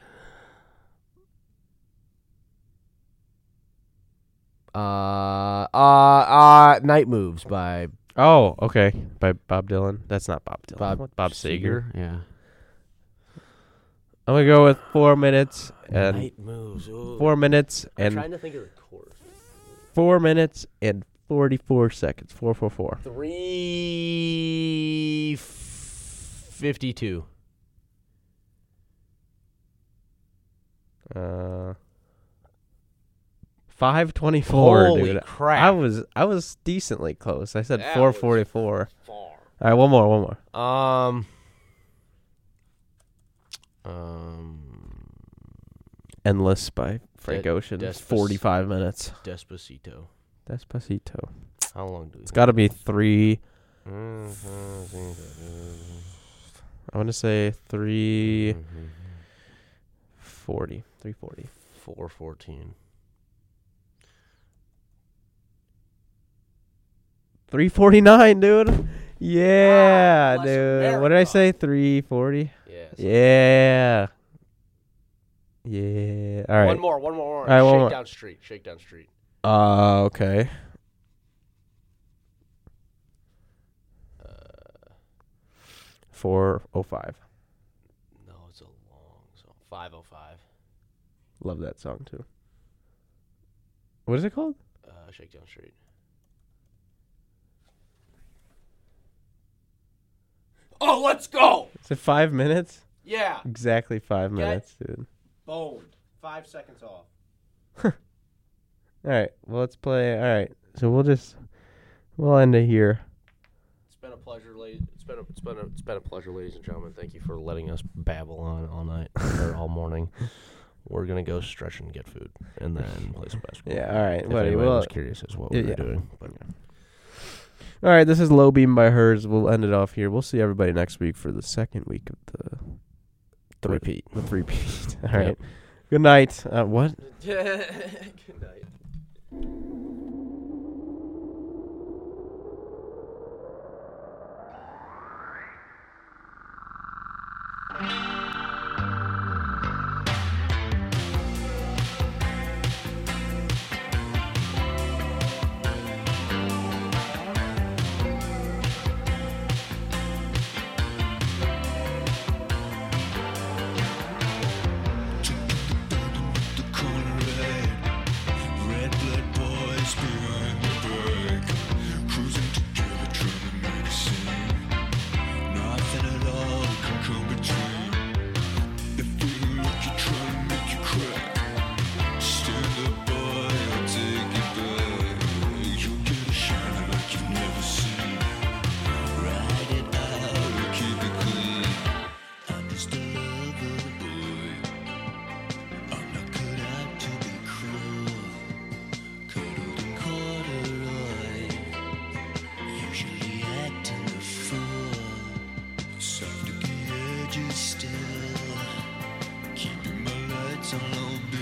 D: Uh, uh, uh, Night Moves by
B: Oh, okay. By Bob Dylan. That's not Bob Dylan.
D: Bob
B: What, Bob Seger.
D: Yeah.
B: I'm gonna go with four minutes and
D: Night Moves. Ooh.
B: four minutes
D: I'm
B: and
D: trying to think of the chorus.
B: four minutes and forty four seconds. Four four four.
D: Three fifty-two.
B: Uh, five twenty four,
D: Holy
B: dude.
D: crap!
B: I was I was decently close. I said
D: That
B: four
D: was
B: forty four. All right, one more, one more.
D: Um. Um.
B: Endless by Frank
D: De-
B: Ocean.
D: Despac-
B: Forty five minutes.
D: Despacito.
B: Despacito.
D: How long do we? Mm-hmm.
B: It's got to be three. I want to say three forty. Three forty.
D: Four fourteen.
B: 349, dude. Yeah,
D: bless
B: dude. What did I
D: America.
B: say? 340?
D: Yes.
B: Yeah. Yeah. All right.
D: One more. One more. One more.
B: All right, one more.
D: Shakedown Street. Shakedown Street.
B: Uh, okay. Uh, Four oh five.
D: No, it's a long song. Five oh five.
B: Love that song too. What is it called?
D: Uh, Shakedown Street. Oh, let's go!
B: Is it five minutes?
D: Yeah.
B: Exactly five minutes, dude.
D: Boned. Five seconds off.
B: All right. Well, let's play. All right. So we'll just we'll end it here.
D: It's been a pleasure, ladies. It's been a, it's been a, it's been a pleasure, ladies and gentlemen. Thank you for letting us babble on all night or all morning. We're gonna go stretch and get food, and then play some basketball.
B: Yeah. All right,
D: If
B: buddy.
D: anybody
B: Well,
D: was curious as what we
B: yeah,
D: were
B: yeah.
D: doing, but
B: All right, this is Low Beam by Hers. We'll end it off here. We'll see everybody next week for the second week of the
D: three P.
B: the three peat. All right. Good night. Uh, what?
D: Good night.
J: the corner red. Red blood boys behind the back. Cruising together trying to make a scene. Nothing at all can come between. If we look you try to make you crack. Stand up boy, I'll take it back. You'll get a shine like you've never seen. Ride it out and keep it clean. I'm just a lover boy. I'm not good at to be cruel. Cuddled in corduroy. Usually acting the fool. Soft at the edges still. Keeping my lights on low beam.